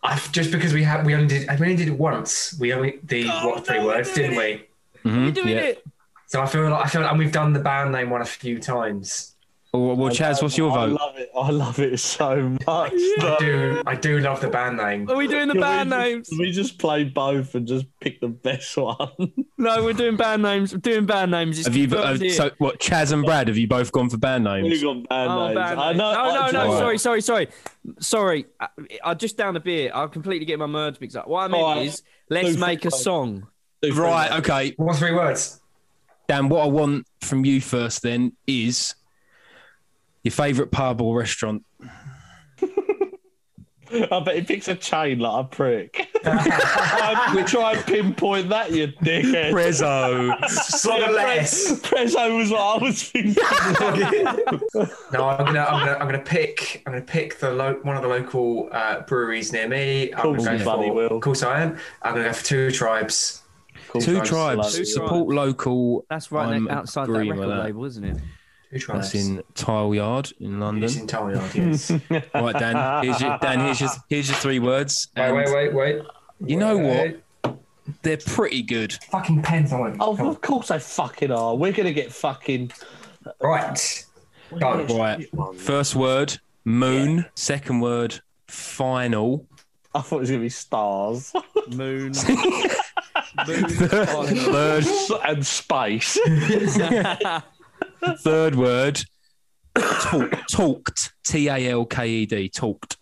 I've, just because we have we only did we only did it once. We only the what three words, didn't we? Mhm, You're doing yeah. it. So I feel like I feel like, and we've done the band name one a few times. Well, well, Chaz, what's Uh, your I vote? love it. I love it so much. I though. do I do love the band name. Are we doing the Can we band just- names? We just play both and just pick the best one. No, we're doing band names. We're doing band names. It's Have you uh, confirmed here. so what? Chaz and Brad, have you both gone for band We've names? got bad Oh, names. bad I name. know. No, I- no, no. Alright. Sorry, sorry, sorry, sorry. I, I just down a beer. I completely get my words mixed up. What I meant Alright. is, let's Two, make three, a five. song. Right. Okay, What three words? Dan. What I want from you first then is your favourite pub or restaurant. I bet he picks a chain like a prick. we try and pinpoint that, you dickhead. Prezzo. Sod Yeah, of Pre- lettuce. Prezzo was what I was thinking. No, I'm gonna, I'm gonna, I'm gonna pick, I'm gonna pick the lo- one of the local uh, breweries near me. I'm Cool, gonna you go bloody for, will. Of course I am. I'm gonna go for two tribes. Two Tribes. tribes. Two Support local. That's right I'm next, outside that agreeing with record that. label, isn't it? Two tribes. That's in Tile Yard in It's London. in Thailand, yes. wait, Right, Dan. Here's your Dan. Here's your here's your three words. And wait, wait, wait. You know Wait. They're pretty good. Fucking pens on. Oh, Come on. of course they fucking are. We're gonna get fucking. Right. Go. Right. First word moon. Second word final. I thought it was gonna be stars Moon. third and space. third word talk, talked T A L K E D talked.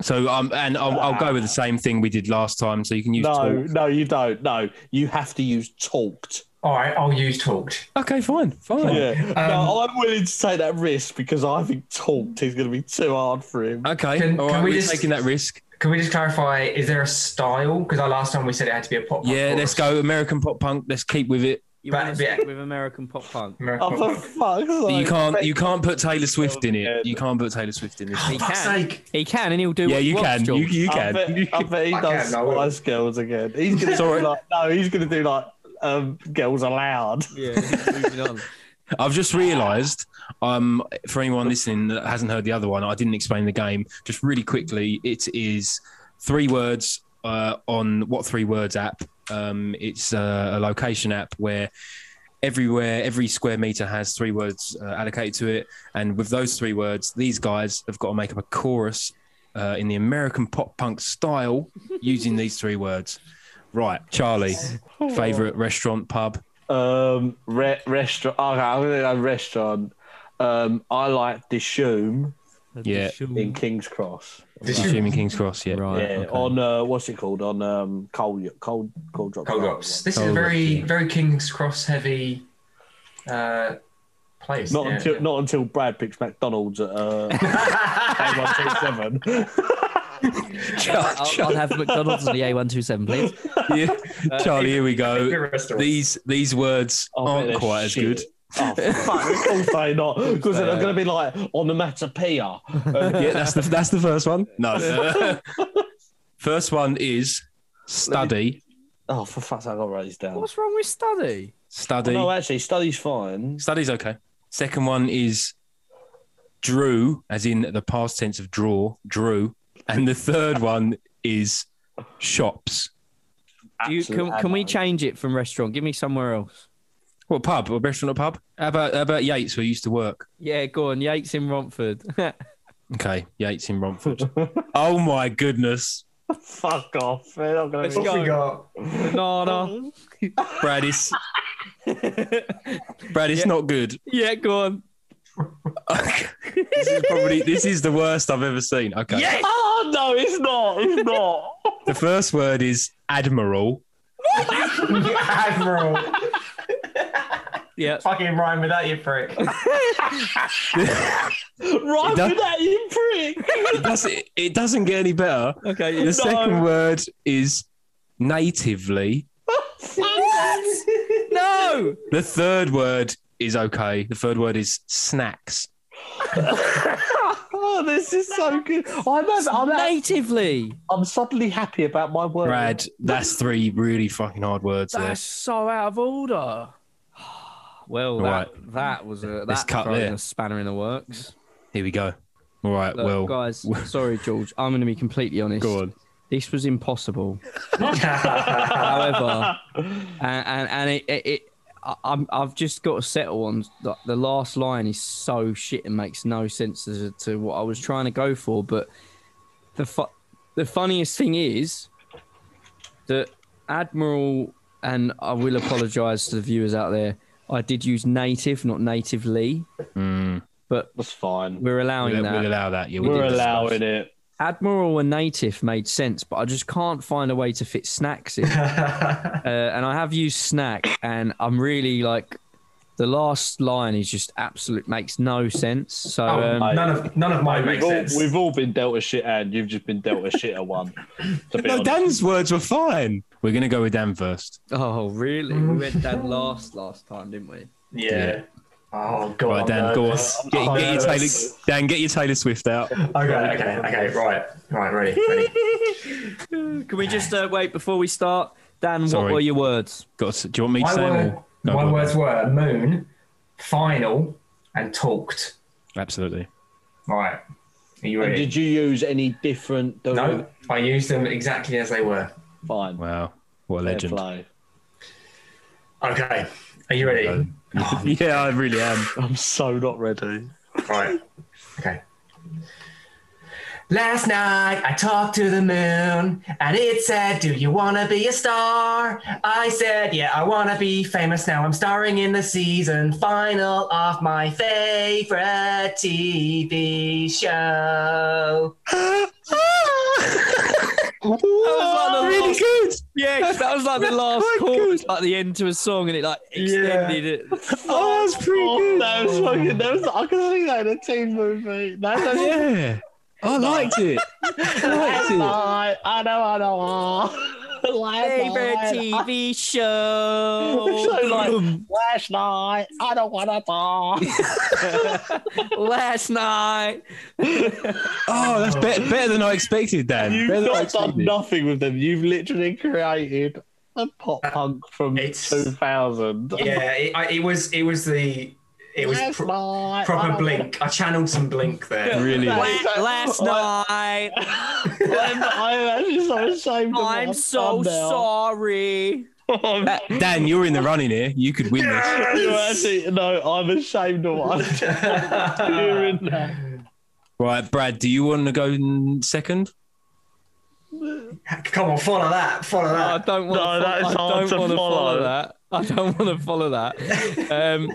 So um and I'll, I'll go with the same thing we did last time. So you can use no, talk. no, you don't. No, you have to use talked. All right, I'll use talked. Okay, fine, fine. Yeah. no, I'm willing to take that risk because I think talked is gonna be too hard for him. Okay, Can- all can right, we we're just- taking that risk. Can we just clarify? Is there a style? Because our last time we said it had to be a pop. punk Yeah, chorus. let's go American pop punk. Let's keep with it. you want But- to yeah. stick with American pop punk? American Oh, pop for punk. fuck's sake. You can't you can't put Taylor Swift in it. You can't put Taylor Swift in this. For He fuck's can. sake. He can, and he'll do. Yeah, what he you wants, can. You, George. you I can. bet, I bet he I does can, I will. Spice Girls again. He's gonna Sorry. do like no, he's gonna do like um, Girls Allowed. Yeah, moving on. I've just realised, um, for anyone listening that hasn't heard the other one, I didn't explain the game. Just really quickly, it is three words uh, on what three words app. Um, it's uh, a location app where everywhere, every square meter has three words uh, allocated to it, and with those three words, these guys have got to make up a chorus uh, in the American pop punk style using these three words. Right, Charlie, Oh. favorite restaurant, pub. Um, re- restaurant. Okay, I'm gonna go restaurant. Um, I like Dishoom Yeah. in King's Cross. Assuming King's Cross, yeah. Right. Yeah, okay. on uh, what's it called? On um, cold, cold, cold drop. Cold drops. This is Cold a drops, very, yeah. very King's Cross heavy uh, place. Not yeah. until not until Brad picks McDonald's at uh, A127. I'll, I'll- I'll have McDonald's on the A127, please. Yeah. Charlie, here we Good go. restaurant. These these words I bet aren't they're quite shit. as good. Oh, fuck, of course they're not. Because they're going to be like onomatopoeia. Uh, Yeah, that's the that's the first one. No. first one is study. oh, for fuck's sake, I got to write these down. What's wrong with study? Study. Oh, No, actually, study's fine. Study's okay. Second one is drew, as in the past tense of draw, drew. And the third one is shops. Do you, can, Absolute can we ammo. change it from restaurant? Give me somewhere else. What pub? Or restaurant or pub? How about how about Yates where you used to work? Yeah, go on. Yates in Romford. Okay, Yates in Romford. oh my goodness. Fuck off. They're not going Let's to What's we go. got? Banana. Brad is Brad is not good. Yeah, go on. this is probably this is the worst I've ever seen. Okay. Oh, no, it's not. It's not. The first word is admiral. Admiral. Yeah. Fucking rhyme with that, you prick. right does- with that, you prick. It doesn't it doesn't get any better. Okay. The yeah. second word is natively. No. The third word is okay. The third word is snacks. oh, this is so good. I'm, Oh, I'm, I'm, Natively. I'm suddenly happy about my word. Brad, that's three really fucking hard words there. That's so out of order. Well, that, Alright. that was a Let's that cut throws there. a spanner in the works. Here we go. All right, Look, well guys, well- sorry, George. I'm going to be completely honest. go on. This was impossible. Oh, However, and and, and it, it, it I, I'm I've just got to settle on the, the last line is so shit and makes no sense as to what I was trying to go for. But the fu- the funniest thing is that Admiral and I will apologise to the viewers out there. I did use native, not natively, but That's fine. we're allowing We'll, that. we'll allow that. Yeah, we We're did discuss. allowing it. Admiral and native made sense, but I just can't find a way to fit snacks in. uh, and I have used snack, and I'm really like, the last line is just absolute makes no sense. So Oh, um, none of none of mine We've makes all, sense. we've all been dealt a shit hand. You've just been dealt a shitter one. To be No, honest. Dan's words were fine. We're going to go with Dan first. oh really? We went down last last time, didn't we? Yeah. Yeah. Oh god. right, Dan, I'm go on. nervous. I'm Get, get your Taylor, nervous. Dan, get your Taylor Swift out. Okay, okay, okay. Right, right. Ready, ready. Can we just uh, wait before we start? Dan, Sorry. what were your words? Got, to- do you want me to My, say them word, all? No, my go on. words were moon, final, and talked. Absolutely. Right. Are you And ready? did you use any different? no, I used them exactly as they were. Fine. Wow. What a Fair legend. play. Okay. Are you ready? yeah, I really am. I'm so not ready. Right. Okay. Last night I talked to the moon and it said, Do you want to be a star? I said, Yeah, I want to be famous now. I'm starring in the season final of my favorite TV show. the really last- good. Yeah, that was like the last quite chord, good. like the end to a song, and it like Yeah. extended it. Oh, that's pretty good. That was fucking. That was. I could see that in a teen movie. That's actually- Yeah. I liked it. Last it. night, I know, I know. I- Last Favorite night, I- TV show. So, like, last night, I don't want to die. last night. Oh, that's be- better than I expected, Dan. You've better than I not expected. done nothing with them. You've literally created a pop punk from It's- 2000. Yeah, it, I, it was, it was the, it was Last pr- night, I proper don't blink. I channeled some blink there. Really. La- Yeah, exactly. last night. wanna- I'm, I'm actually so ashamed. of I'm what so I've done sorry. now. Dan, you're in the running here. You could win this. You actually, no, I'm ashamed of what I've done. You're in there. Right, Brad, do you want to go n- second? Come on, follow that, follow No, Oh, I that. don't want. No, to, that is I hard don't to want to follow. follow. that. I don't want to follow that. Um,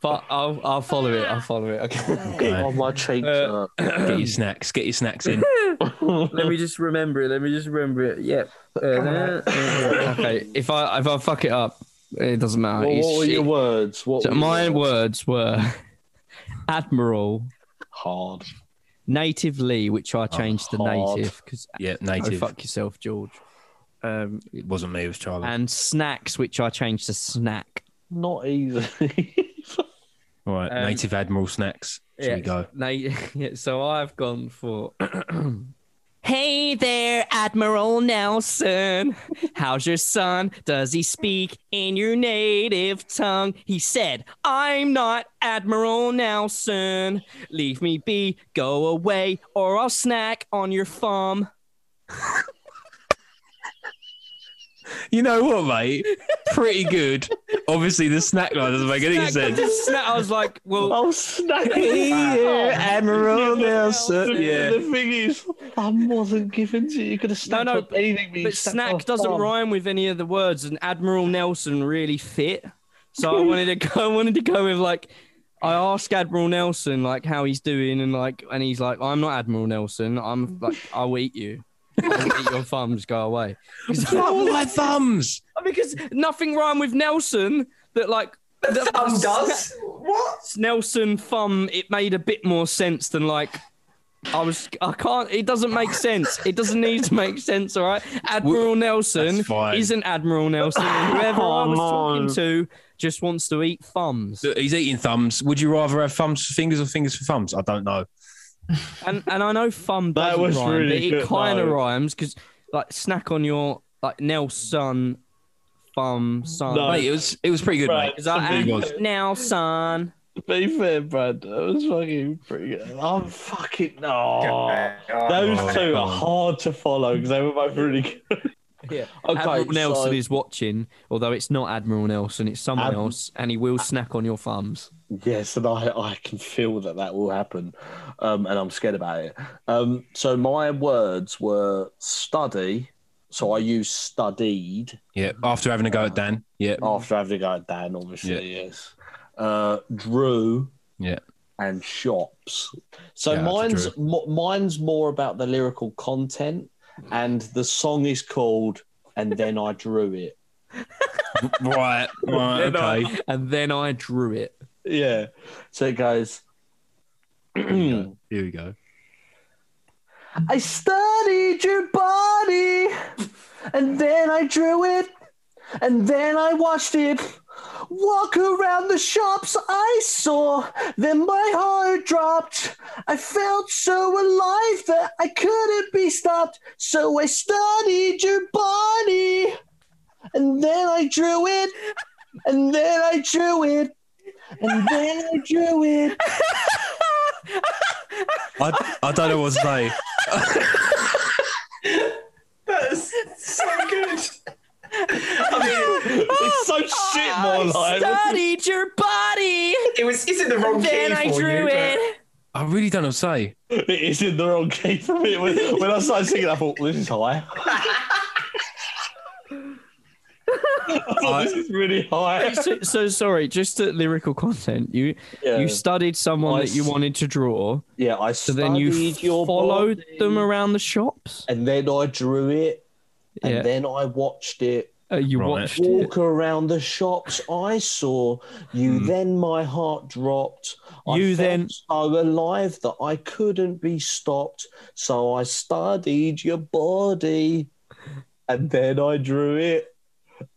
but I'll I'll follow it. I'll follow it. Okay. Oh, my cheeks Uh, hurt. Get your snacks. Get your snacks in. Let me just remember it. Let me just remember it. Yep. Uh, okay. If I if I fuck it up, it doesn't matter. Well, It's what were your shit. words? What So were your my words? words were Admiral hard. Native Lee, which I changed to hard. Oh, native because Yeah, oh, native. fuck yourself, George. Um, It wasn't me. It was Charlie. and snacks, which I changed to snack. Not easy. All right, um, native admiral snacks. Should we go? Na- yeah, so I've gone for. hey there, Admiral Nelson. How's your son? Does he speak in your native tongue? He said, I'm not Admiral Nelson. Leave me be, go away, or I'll snack on your thumb. You know what, mate? Pretty good. Obviously, the snack line doesn't make any Snack- sense. snack- I was like, well, I'll snack Hey, yeah, Admiral The, Nelson. Yeah. the thing is, thumb wasn't given to you. You could have snacked no, on anything. you But snacked snack on doesn't thumb. rhyme with any of the words, and Admiral Nelson really fit. So I wanted to go. I wanted to go with like, I asked Admiral Nelson like how he's doing, and like, and he's like, I'm not Admiral Nelson. I'm like, I'll eat you. I'll eat your thumbs. Go away. Oh, my thumbs. Because nothing rhymed with Nelson. That like The thumb does. What? Nelson thumb. It made a bit more sense than like. I was. I can't. It doesn't make sense. It doesn't need to make sense. All right. Admiral Nelson that's fine. isn't Admiral Nelson. and Whoever I was Oh, no. talking to just wants to eat thumbs. He's eating thumbs. Would you rather have thumbs for fingers or fingers for thumbs? I don't know. And and I know thumb That doesn't was rhyme, really but it good, kind of though. rhymes because like snack on your like Nelson thumb son. No. Mate, it was it was pretty good, Right. mate. Is that It was. Ad- Nelson? To be fair, Brad, that was fucking pretty good. I'm fucking no. Those Oh, two are God. hard to follow because they were both really good. Yeah. Okay, Admiral Nelson so- is watching, although it's not Admiral Nelson, it's someone Ad- else, and he will snack on your thumbs. Yes, and I, I can feel that that will happen, um, and I'm scared about it. Um, so my words were study. So I used studied Yeah, after having a go at Dan. Yeah, after having a go at Dan, obviously. Yes, uh, drew. Yeah. and shops. So Yeah, mine's after m- mine's more about the lyrical content, and the song is called "And Then I Drew It." right, right, Then I- okay. and then I drew it. Yeah. So it goes. Here we go. I studied your body, and then I drew it, and then I watched it walk around the shops. I saw, then my heart dropped. I felt so alive that I couldn't be stopped. So I studied your body, and then I drew it, and then I drew it, and then I drew it. I, I don't know what to say. That's so good. I mean, It's so shit, more like. studied your body, it was. It's in the wrong then key I for drew you, but- it. I really don't know what to say. It is in the wrong key for me. When, when I started singing, I thought, this is high. I thought, this is really high. so, so sorry, just the lyrical content. You Yeah, you studied someone that you Nice. wanted to draw, yeah I so then you studied your followed body, them around the shops. And then I drew it. And Yeah, then I watched it uh, you Right. watched it. walk around the shops. I saw you. Then my heart dropped. I Hmm. You felt then- so alive that I couldn't be stopped. So I studied your body, and then I drew it,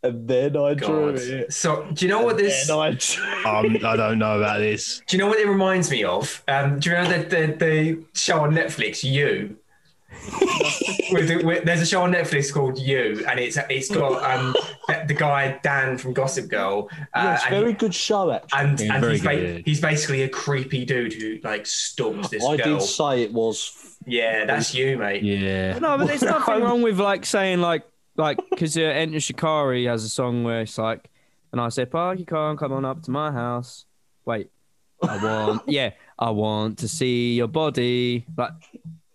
and then I drew God. it. So do you know what this? And I Uh, Um, I don't know about this. Do you know what it reminds me of? Um, do you remember the, the, the show on Netflix, You? with, the- with, there's a show on Netflix called You, and it's it's got um, the, the guy Dan from Gossip Girl, uh, yes, and, very good show actually. and, Yeah, and very he's, ba- good. he's basically a creepy dude who like stalks this I girl. did say it was. Yeah, that's you, mate. Yeah. No, but there's nothing wrong with like saying like like because uh, Enter Shikari has a song where it's like, and I said, "Park your car and come on up to my house." Wait, I want yeah, I want to see your body. Like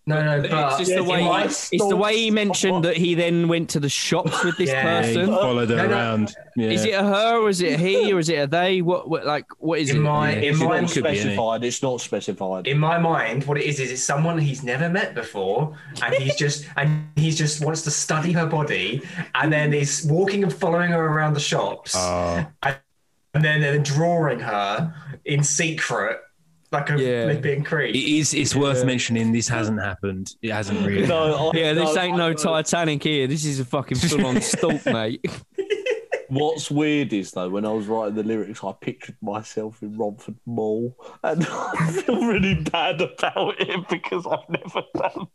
No, no, it's but just Yeah, the way it he, might it's the way he mentioned that he then went to the shops with this Yeah. Yeah, person. followed her No, no. around. Yeah. Is it a her or is it a he or is it a they? What, what like what is in it? my Yeah. in It's my not Could be, innit? specified. It's not specified. in my mind, what it is is it's someone he's never met before, and he's just and he just wants to study her body, and then he's walking and following her around the shops, Oh, and then they're drawing her in secret, like a Yeah. flipping creep. it is. It's worth mentioning. This hasn't happened. It hasn't really. no, I- yeah, this ain't no I- Titanic here. This is a fucking full on stalk, mate. What's weird is though, when I was writing the lyrics, I pictured myself in Romford Mall, and I feel really bad about it because I've never done.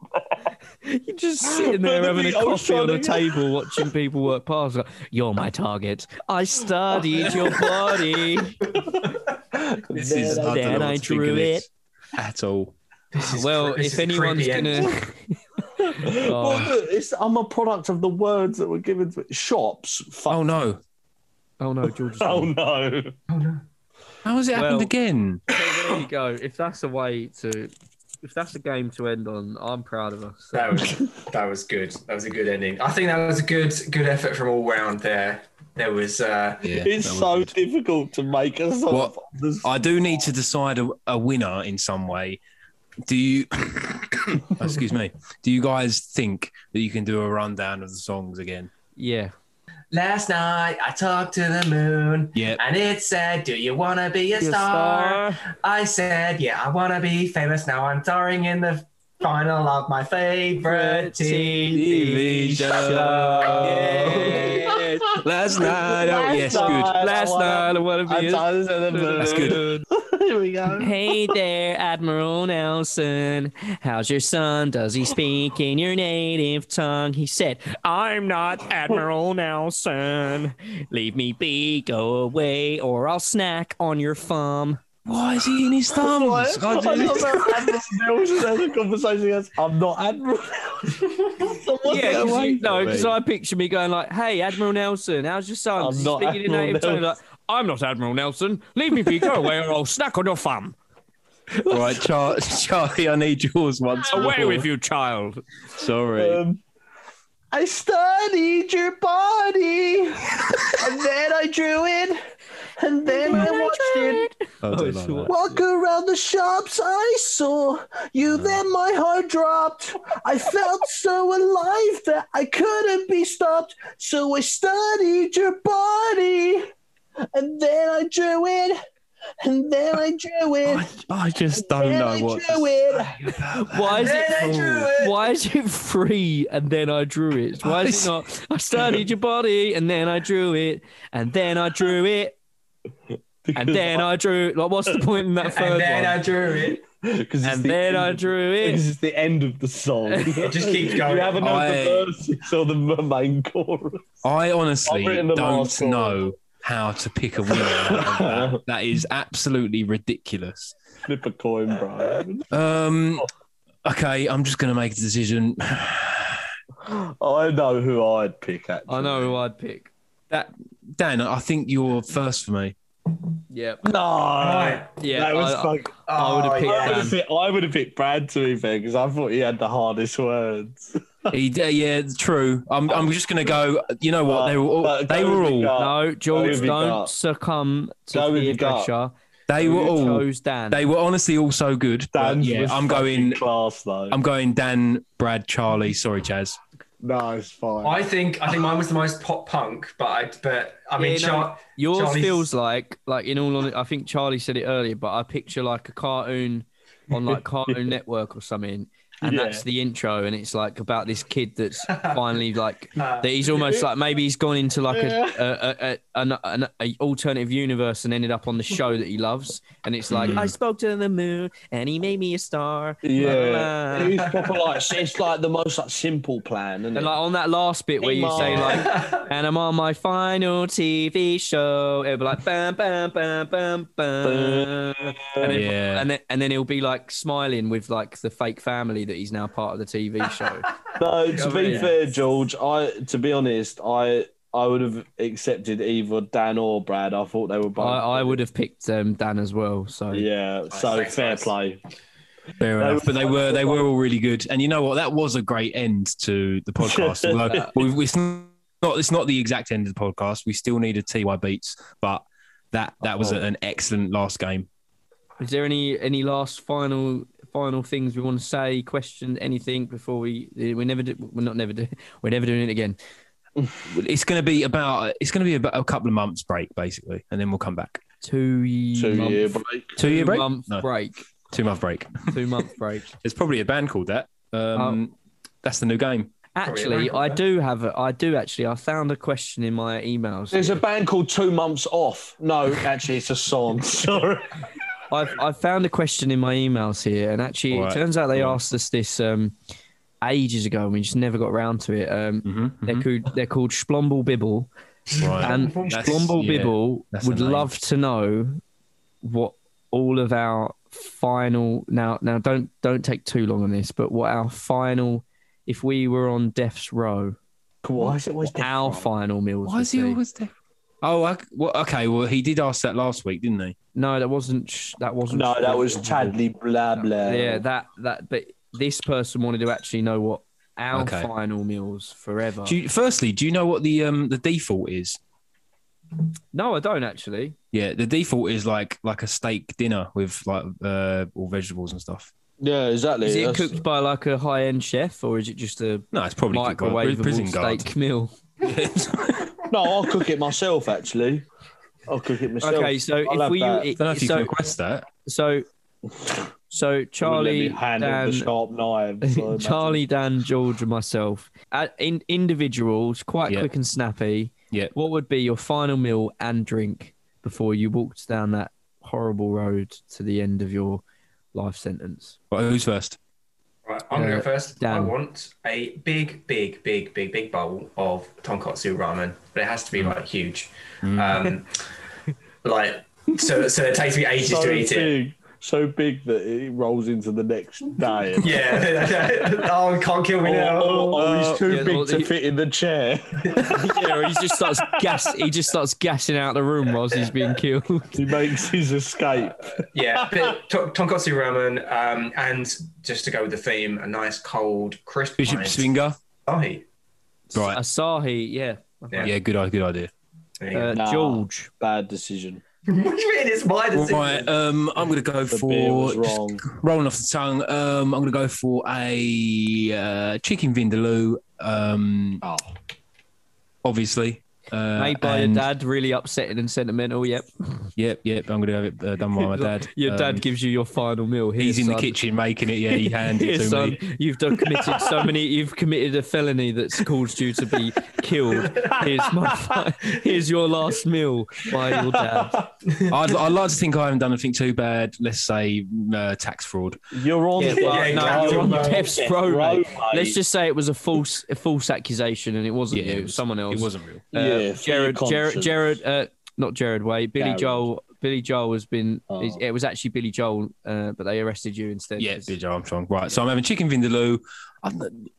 You're just Ah, sitting there But the having a thing- I was coffee on a trying to- table, watching people work past. Like, You're my target. I studied your body. This is. I Then don't know I what to think drew of this it. at all. This is Well, cre- this if is a anyone's creepy end. gonna, Oh. Well, look, it's, I'm a product of the words that were given to shops. Fuck. Oh no! oh no, George. Oh no! Oh, no. How has it happened Well- again? there you go. If that's a way to, if that's a game to end on, I'm proud of us. That was that was good. That was a good ending. I think that was a good good effort from all round there. There was uh Yeah, it's that was so good. difficult to make us. What- I do need to decide a, a winner in some way. Do you? excuse me. Do you guys think that you can do a rundown of the songs again? Yeah. last night I talked to the moon Yeah. and it said, Do you wanna be a star? I said, yeah, I want to be famous. Now I'm starring in the final of my favorite TV show. Yes. Last night. Oh, yes, good. Last night I want to be. a- That's good. Here we go. Hey there, Admiral Nelson. How's your son? Does he speak in your native tongue? He said, I'm not Admiral Nelson. Leave me be, go away, or I'll snack on your thumb. Why is he in his thumbs? What? I I love just- that Admiral Nelson has a conversation. He goes, I'm not Admiral. Nelson." What's Yeah, that 'cause way? you- no, because I picture me going like, "Hey, Admiral Nelson, how's your son? I'm Does he not speak in your Admiral native tongue?" Like, I'm not Admiral Nelson. Leave me be, go away, or I'll snack on your thumb. right, Char- Charlie, I need yours once more. Away with you, child. Sorry. Um, I studied your body, and then I drew it, and then I watched it, I do Oh, like sure. that. Walk around the shops, I saw you, then my heart dropped. I felt so alive that I couldn't be stopped. So I studied your body, and then I drew it, and then I drew it. I, I just don't then know I what. drew it. Why is Then I drew it? Oh. it. Why is it free? And then I drew it. Why is it not? I studied your body, and then I drew it, and then I drew it, and then I drew. Like, what's the point in that and third then one? I drew it. because and then I drew it. is the end of the song. It just keeps going. You haven't heard I- the verses or the main chorus. I honestly I've written them all, don't so- know how to pick a winner. out of that. that is absolutely ridiculous. Flip a coin, bro. Um, okay, I'm just going to make a decision. I know who I'd pick. Actually. I know who I'd pick. Dan, I think you're first for me. Yep. No, Right. Yeah. that was I- fuck. I would've Oh, picked yeah. I would have picked, I would have picked Brad to be fair because I thought he had the hardest words. He, d- yeah, true. I'm, I'm just going to go. You know what? They were all. But They go were with your all. gut. no, George, with your don't gut. succumb to Go with peer your gut. pressure. They were You all. chose Dan. They were honestly all so good. but Dan's Yeah, was I'm fucking going. class though. I'm going. Dan, Brad, Charlie. Sorry, Chaz. no, it's fine. I think I think mine was the most pop punk, but I but I mean, Yeah, no. Char- Yours Charlie's- feels like, like in all honesty, I think Charlie said it earlier, but I picture like a cartoon on like Cartoon Network or something, and Yeah. that's the intro, and it's like about this kid that's finally like Uh, that he's almost like maybe he's gone into like a, a, a, a an, an a alternative universe and ended up on the show that he loves, and it's like Mm. I spoke to the moon and he made me a star. blah, blah, Hmm. yeah, blah." it is proper like it's like the most like simple plan, isn't it? And like on that last bit where you say Emo. uh, like, and I'm on my final TV show, it'll be like bam bam bam bam bam, and then, Yeah. and then and then he'll be like smiling with like the fake family that he's now part of the TV show. No, to be Yeah. fair, George, I to be honest, I I would have accepted either Dan or Brad. I thought they were I, both. I would have picked um, Dan as well. So Yeah, so Nice, fair nice. play. Fair They enough, were but they so were good they were all really good, and you know what? That was a great end to the podcast. Although we've, it's not it's not the exact end of the podcast. We still needed Ty beats, but that that was Oh. an excellent last game. is there any any last final final things we want to say? Question anything before we we never do, we're not never do, we're never doing it again. It's going to be about it's going to be about a couple of months break basically, and then we'll come back. Two Two month, year break. Two year break, month No. break, two month break. two month break. Um, There's probably a band called that. Um, That's the new game. Actually, American I band. do have a, I do actually. I found a question in my emails. There's a band called Two Months Off. No, actually, it's a song. Sorry. I've, I found a question in my emails here, and actually, Alright, it turns out they go on. asked us this um, ages ago, and we just never got around to it. Um, hmm They're called they're called Splomble Bibble, Right. and That's- Splomble yeah, Bibble that's would the name. love to know what all of our final now now don't don't take too long on this, but what our final if we were on death's row, Why is it always our final meals. Why would is he be. always there? Oh, I, well, okay. Well, he did ask that last week, didn't he? No, that wasn't. sh- That wasn't. No, that was Splomble Chadley Bibble. blah blah. Yeah, that that. But this person wanted to actually know what our Okay. final meals forever. Do you, firstly, do you know what the um the default is? no, I don't actually. Yeah, the default is like like a steak dinner with like uh all vegetables and stuff. yeah, exactly. Is it That's- cooked by like a high end chef or is it just a No, it's probably cooked by a pri- prison microwave guard. steak meal? No, I'll cook it myself. Actually, I'll cook it myself. Okay, so I'll if have we that. I don't know if you can so, request that. so so Charlie, Wouldn't let me handle Dan, the sharp knives. so Charlie, Dan, George, and myself, at in, individuals, quite Yeah. quick and snappy. Yeah. What would be your final meal and drink before you walked down that horrible road to the end of your life sentence? But who's first? Right, I'm gonna Uh, go first. I Dan. want a big, big, big, big, big bowl of tonkatsu ramen, but it has to be like huge. Um, like so, so it takes me ages so to eat it. big, so big that it rolls into the next day. Yeah, oh, can't kill me now. Oh, oh, he's too yeah, big well, to the- fit in the chair. yeah, he just starts gas. He just starts gassing out the room whilst he's being killed. he makes his escape. yeah, but to- tonkatsu ramen, um, and just to go with the theme, a nice cold crisp Oh, Bishop pint. Swinger. Ahi. Right. Asahi, yeah. Yeah. Yeah, good good idea. There you go. Uh, Nah. George, Bad decision. what do you mean it's my decision? Right, um, I'm going to go The beer for was just wrong. rolling off the tongue. Um, I'm going to go for a uh, chicken vindaloo. Um, Oh, obviously. Uh, Made by and- your dad, really upsetting and sentimental. Yep. Yep, yep. I'm going to have it uh, done by my dad. your Um, dad gives you your final meal. Here, He's in the son. kitchen making it. Yeah, he handed Here, it to son, me. um, You've done committed so many. You've committed a felony that's caused you to be killed. Here's my. Fi- here's your last meal by your dad. I'd, I'd like to think I haven't done anything too bad. Let's say uh, tax fraud. you're on. Yeah, the- well, no, exactly. you're on Uh, Bro. Pep's Pro. Bro, mate. mate. Let's just say it was a false, a false accusation, and it wasn't Yeah, you. it It was someone else. It wasn't real. Uh, Yeah, for Jared, your Jared, conscience. Jared, uh, not Jared Way. Billy Garrett. Joel. Billy Joel has been. Oh. is- It was actually Billy Joel, uh, but they arrested you instead. Yeah, 'cause- Billy Joe Armstrong. Right. So I'm having chicken vindaloo. I,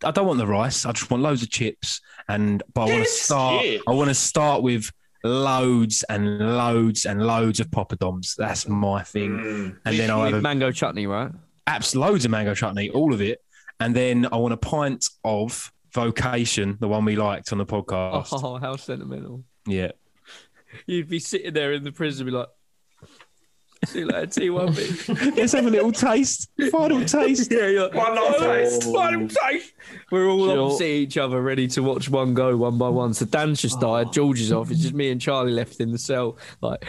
I don't want the rice. I just want loads of chips. And but I want to Chips? start. Chips. I want to start with loads and loads and loads of poppadoms. That's my thing. Mm. And with- then I'll with have a, mango chutney, right? abs, loads of mango chutney, all of it. And then I want a pint of Vocation, the one we liked on the podcast. Oh, how sentimental. Yeah. You'd be sitting there in the prison, be like, see you later, T1B. Let's have a little taste. Final taste. yeah, yeah. One last taste. One taste. We're all Jill- opposite each other, ready to watch one go one by one. So Oh. Dan's just died, George is off. It's just me and Charlie left in the cell. Like,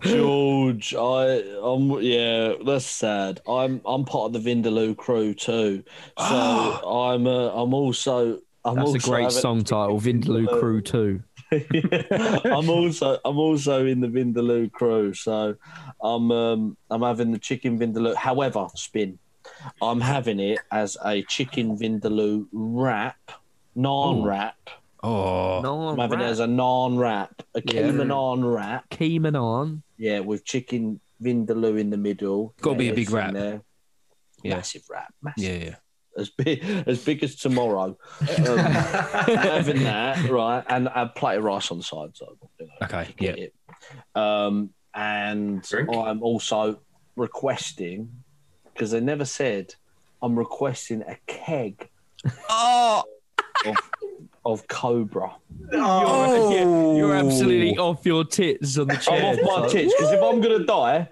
George, I, I'm yeah, that's sad. I'm I'm part of the Vindaloo crew too, so I'm uh, I'm also I'm Ah. that's also a great having- song title, Vindaloo Crew 2. I'm also I'm also in the Vindaloo crew, so I'm um, I'm having the chicken Vindaloo. However, spin, I'm having it as a chicken Vindaloo wrap, naan wrap. Oh. No, I'm having it as a naan wrap, a Yeah. keema naan wrap. Keeman on. Yeah, with chicken vindaloo in the middle. Gotta be a big wrap. Lettuce in there. Yeah. Massive wrap. Massive. Yeah, yeah. As big as big as tomorrow. Um, having that, right, and a plate of rice on the side. So, you know, Okay. get Yeah. it. Um, and Drink. I'm also requesting, because they never said, I'm requesting a keg Oh, of, of Cobra. Oh, You're absolutely off your tits on the chair. I'm off my So- tits, because if I'm going to die,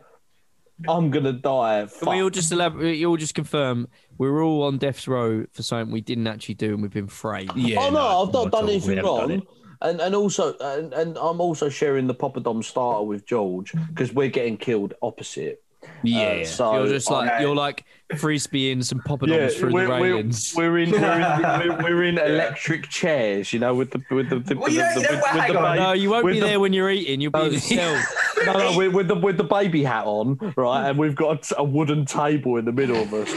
I'm going to die. Can we all just elaborate? You all just confirm we're all on death's row for something we didn't actually do and we've been framed. Yeah. oh no, I've at not all. done We anything haven't done wrong. it. and and also and, and I'm also sharing the Papa Dom starter with George because we're getting killed opposite. Uh, Yeah. yeah. so you're just like okay. you're like frisbeeing some yeah, poppadoms through we're, the we're, railings. we're in we're in, we're, we're in electric chairs, you know, with the with the, the, Well, with, you the, don't- you with, don't with wear- the hang on. no, baby. you won't with be the- there when you're eating. You'll be in the cell. No, no, with, with the with the baby hat on, right, and we've got a wooden table in the middle of us.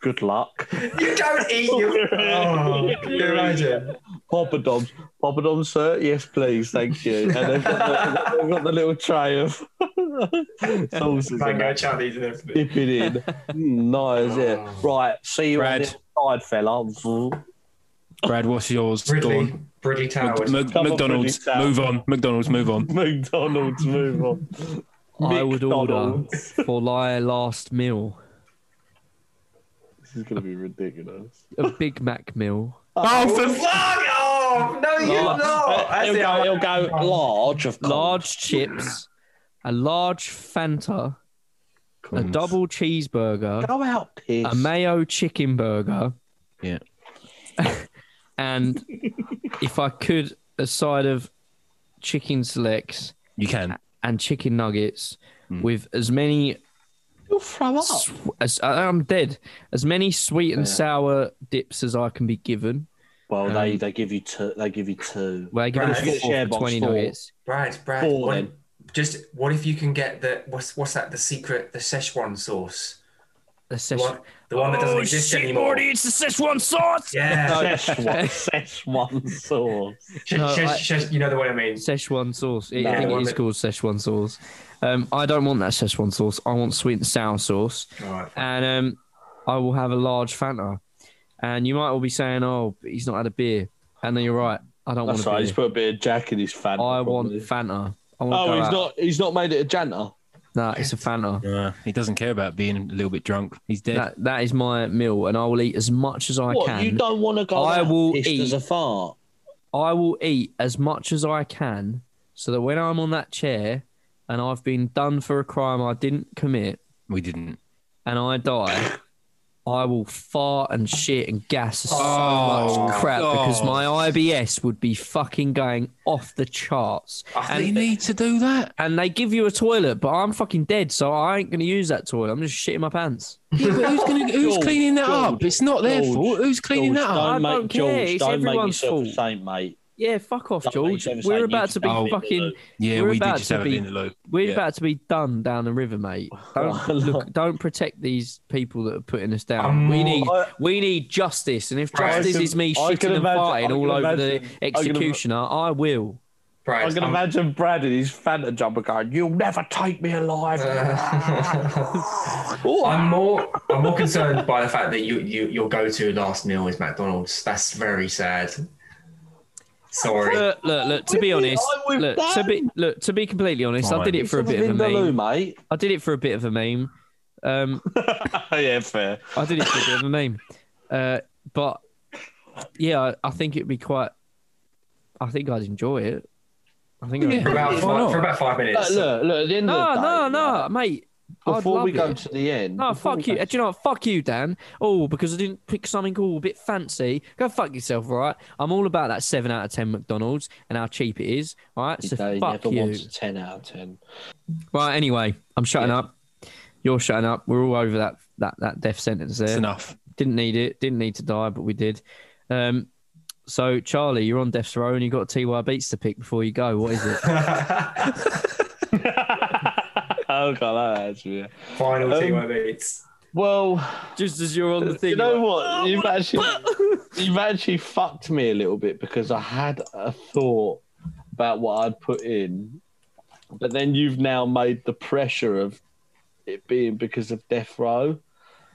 Good luck. you don't eat your. Oh, can you imagine? Papa Dom's, Papa Dom's, sir. Yes, please, thank you. And they've got the, they've got the little tray of sauces in Mango there. chutneys and everything. Dip it in. Mm, nice, yeah. Right, see you on Brad. the other side, fella. Brad, what's yours? Go Bridley, on. Bridley Towers. Mc- Come on, McDonald's, Bridley Town. move on. McDonald's, move on. McDonald's, move on. I would order McDonald's. for my last meal This is going to be ridiculous. a Big Mac meal. Oh, for Fuck off! No, you're Large. Uh, not. Oh, That's He'll the- go, he'll go large, of course. large chips, a large Fanta, a Mm. double cheeseburger, Go out, piss. a mayo chicken burger. Yeah. and if I could, a side of chicken selects you can. and chicken nuggets Mm. with as many You'll throw up. sw- as uh, I'm dead, as many sweet and Yeah. sour dips as I can be given. Well, they, Um, they give you two. They give you two. Well, I give Right, us if you get four share for box twenty four. nuggets. Brad, Brad, Four, what- then. just what if you can get the what's what's that? The secret, the Szechuan sauce, The the one, Szechuan. Oh, the one that doesn't exist anymore. it's the Szechuan sauce. Yeah, Szechuan, Szechuan sauce. Sh- No, sh- I- sh- you know the one I mean. Szechuan sauce. It- No. I think Yeah, it is one called Szechuan sauce. Um, I don't want that Szechuan sauce. I want sweet and sour sauce, Alright. and um, I will have a large Fanta. And you might all be saying, "Oh, but he's not had a beer," and then you're right. I don't That's want right. a He's beer. put a bit of Jack in his fan. I want Fanta. I want to Oh, go he's out. not. He's not made it a janitor. Nah, it's a Fanta. Uh, he doesn't care about being a little bit drunk. He's dead. That that is my meal, and I will eat as much as I what can. you don't want to go? I out will pissed eat. as a fart. I will eat as much as I can so that when I'm on that chair, and I've been done for a crime I didn't commit We didn't. and I die, I will fart and shit and gas so Oh, much crap because God. my IBS would be fucking going off the charts. I they think need to do that. And they give you a toilet, but I'm fucking dead, so I ain't gonna use that toilet. I'm just shitting my pants. Yeah, but who's gonna, who's George, cleaning that George, up? It's not their George, fault. Who's cleaning George, that up? I don't make don't care, George, it's don't make everyone's yourself a fault. saint, mate. Yeah, fuck off, Don't George. make sense, We're you about just to be have it in the fucking. loop. Yeah, We're we about did just to have it be- in the loop. We're Yeah. about to be done down the river, mate. Don't look. Don't protect these people that are putting us down. I'm we more- need. I- we need justice, and if Right. I justice can- is me I can shitting and imagine- I farting can all over imagine- the I can im- executioner, I will. Bryce, I can I'm- imagine Brad in his Fanta jumper going, You'll never take me alive. Oh, I'm more I'm more concerned by the fact that you, you your go to last meal is McDonald's. That's very sad. Sorry. Look, look, look. To be With me, honest, I'm with look. To Dan. be look. To be completely honest, I Fine. did it for a bit of a Vindaloo, meme. mate. I did it for a bit of a meme. Um, yeah, fair. I did it for a bit of a meme. Uh, but yeah, I, I think it'd be quite. I think I'd enjoy it. I think. Yeah. I'd enjoy For about Why it. five, not? for about five minutes. Look, look, look, at the end No, of the day, no, no, right, mate. Before I'd we love go it. to the end. No, before we fuck you. go Do you know what? Fuck you, Dan. Oh, because I didn't pick something all a bit fancy. Go fuck yourself, all right? I'm all about that 7 out of 10 McDonald's and how cheap it is, all right? to So the day, fuck never you. wants a 10 out of 10. Right, anyway, I'm shutting up. You're shutting up. We're all over that that, that death sentence It's there. enough. Didn't need it. Didn't need to die, but we did. Um, so, Charlie, you're on death's row and you've got TY Beats to pick before you go. What is it? oh, God, that actually. Yeah. Final Um, two my beats. Well, Just as you're on the thing. you know what? You've actually, you've actually fucked me a little bit because I had a thought about what I'd put in, but then you've now made the pressure of it being because of death row.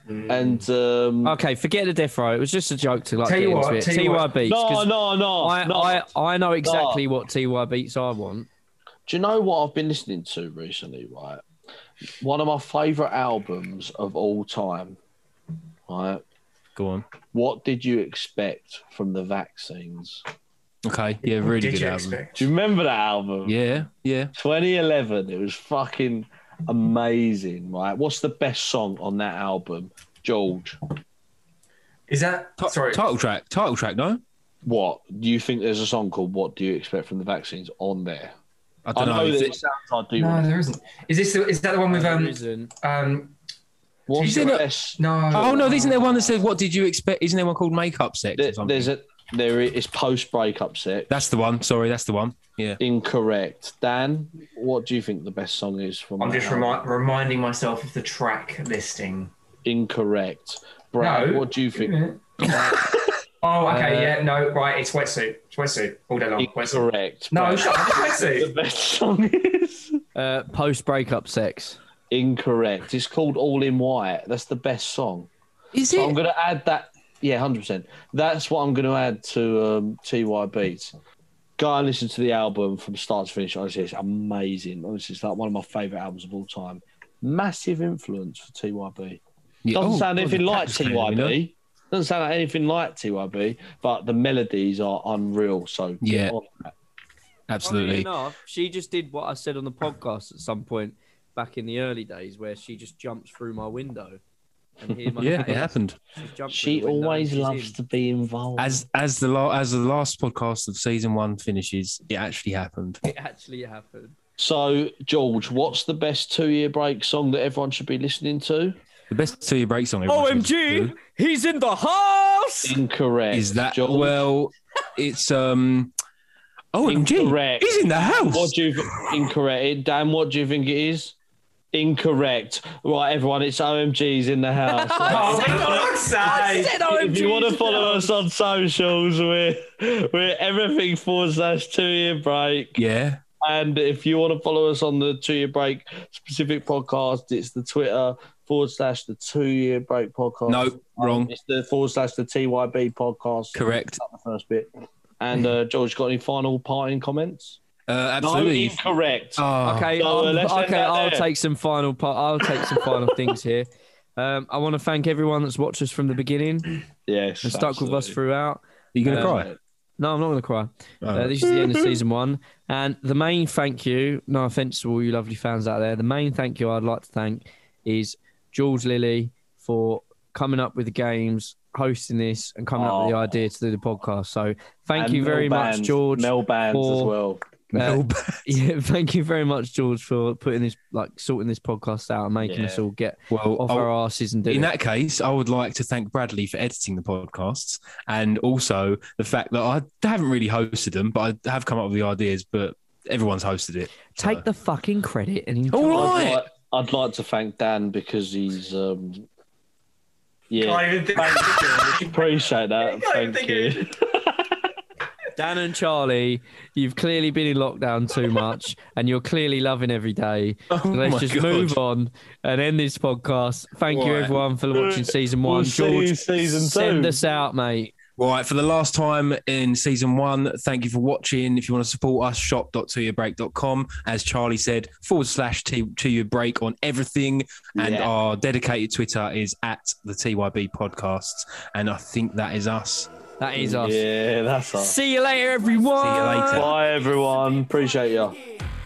Mm. And Mm. um, Okay, forget the death row. It was just a joke to like Tell get you into what, it. tell TY you what. Beats. 'cause- no, no, no, I, no. I, I know exactly what TY beats I want. Do you know what I've been listening to recently? Right, one of my favorite albums of all time. Right, Go on. what did you expect from the vaccines? Okay. Yeah, really Did good you album. expect? Do you remember that album? Yeah, yeah. 2011. It was fucking amazing, right? What's the best song on that album, George? Is that Ti- sorry? Title track. Title track. No, What do you think? There's a song called "What Do You Expect from the Vaccines" on there. I I don't know know. that Is it it, sounds like "Do You no, Want It?" there isn't. Is this the, is that the one with um um What's Is the it a- best? no? oh no, isn't there one that says "What did you expect"? Isn't there one called "Makeup Sex"? or There, something? there's a there is post breakup set. That's the one. Sorry, that's the one. Yeah. Incorrect. Dan, what do you think the best song is from? I'm that just album? remi- reminding myself of the track listing. Incorrect. Brad, No. what do you Wait a think? minute. oh, okay, Uh, yeah, no, right, it's wetsuit. It's wetsuit all day long. Wetsuit. Incorrect. No, Brad. shut up, it's the wetsuit. best song is uh, post breakup sex. incorrect. It's called All in White. That's the best song. Is So I'm going to add that. Yeah, hundred percent. That's what I'm going to add to um, Ty Beats. Go and listen to the album from start to finish. Honestly, it's amazing. Honestly, it's like one of my favorite albums of all time. Massive influence for TYB. Yeah. Doesn't Oh, sound God, anything the like cat's cleaning it up. TYB. Doesn't sound like anything like TYB, but the melodies are unreal. So get Yeah. on that. Absolutely. enough, she just did what I said on the podcast at some point back in the early days, where she just jumps through my window. And here my Yeah, cat it is. happened. She's jumped she through the window always and she's loves in. to be involved. As as the la- as the last podcast of season one finishes, it actually happened. It actually happened. so, George, what's the best two-year break song that everyone should be listening to? The best two year break song. everyone should OMG, do he's in the house. Incorrect. Is that George? well? It's um. OMG, Incorrect. he's in the house. What do you incorrect? eh, Dan, what do you think it is? Incorrect. Right, everyone, it's OMG's in the house. Oh, for God's I sake. said OMG. if you want to follow us on socials, we're we're everything forward slash two year break. yeah, And if you want to follow us on the two year break specific podcast, it's the Twitter forward slash the two year break podcast. no, wrong, It's the forward slash the TYB podcast. correct, That's the first bit. And uh, George, got any final parting comments? uh, absolutely. No, incorrect. Oh, Okay, So, uh, I'll- let's end okay, that I'll there. take some final part. I'll take some final things here. Um, I want to thank everyone that's watched us from the beginning and Yes. stuck with us absolutely. throughout. Uh, Are you gonna Um, cry? No, I'm not going to cry. Uh, Oh, this is the end of season one. And the main thank you, no offense to all you lovely fans out there, the main thank you I'd like to thank is Jules Lilly for coming up with the games, hosting this, and coming up with the Oh. idea to do the podcast. So thank And you very Mel much, Bands- George. Mel Bands as for- well. Uh, Mel- yeah, thank you very much, George, for putting this, like, sorting this podcast out and making Yeah. us all get well, off I'll- our asses and do in it. that case, I would like to thank Bradley for editing the podcasts and also the fact that I haven't really hosted them, but I have come up with the ideas, but everyone's hosted it. Take So- the fucking credit and enjoy. All I'd right. like- I'd like to thank Dan because he's um yeah. Can't even think of it. Appreciate that. Can't even Thank think you. of it. Dan and Charlie, you've clearly been in lockdown too much and you're clearly loving every day. Oh So let's my just God. move on and end this podcast. Thank you, Right. everyone, for watching season one. We'll see you George, season send two. us out, mate. Right, for the last time in season one, thank you for watching. If you want to support us, shop.toyourbreak.com. As Charlie said, forward slash to, to your break on everything. And Yeah. our dedicated Twitter is at the TYB podcasts. And I think that is us. That is us. Yeah, that's us. See you later, everyone. See you later. Bye everyone. Appreciate you. Yeah.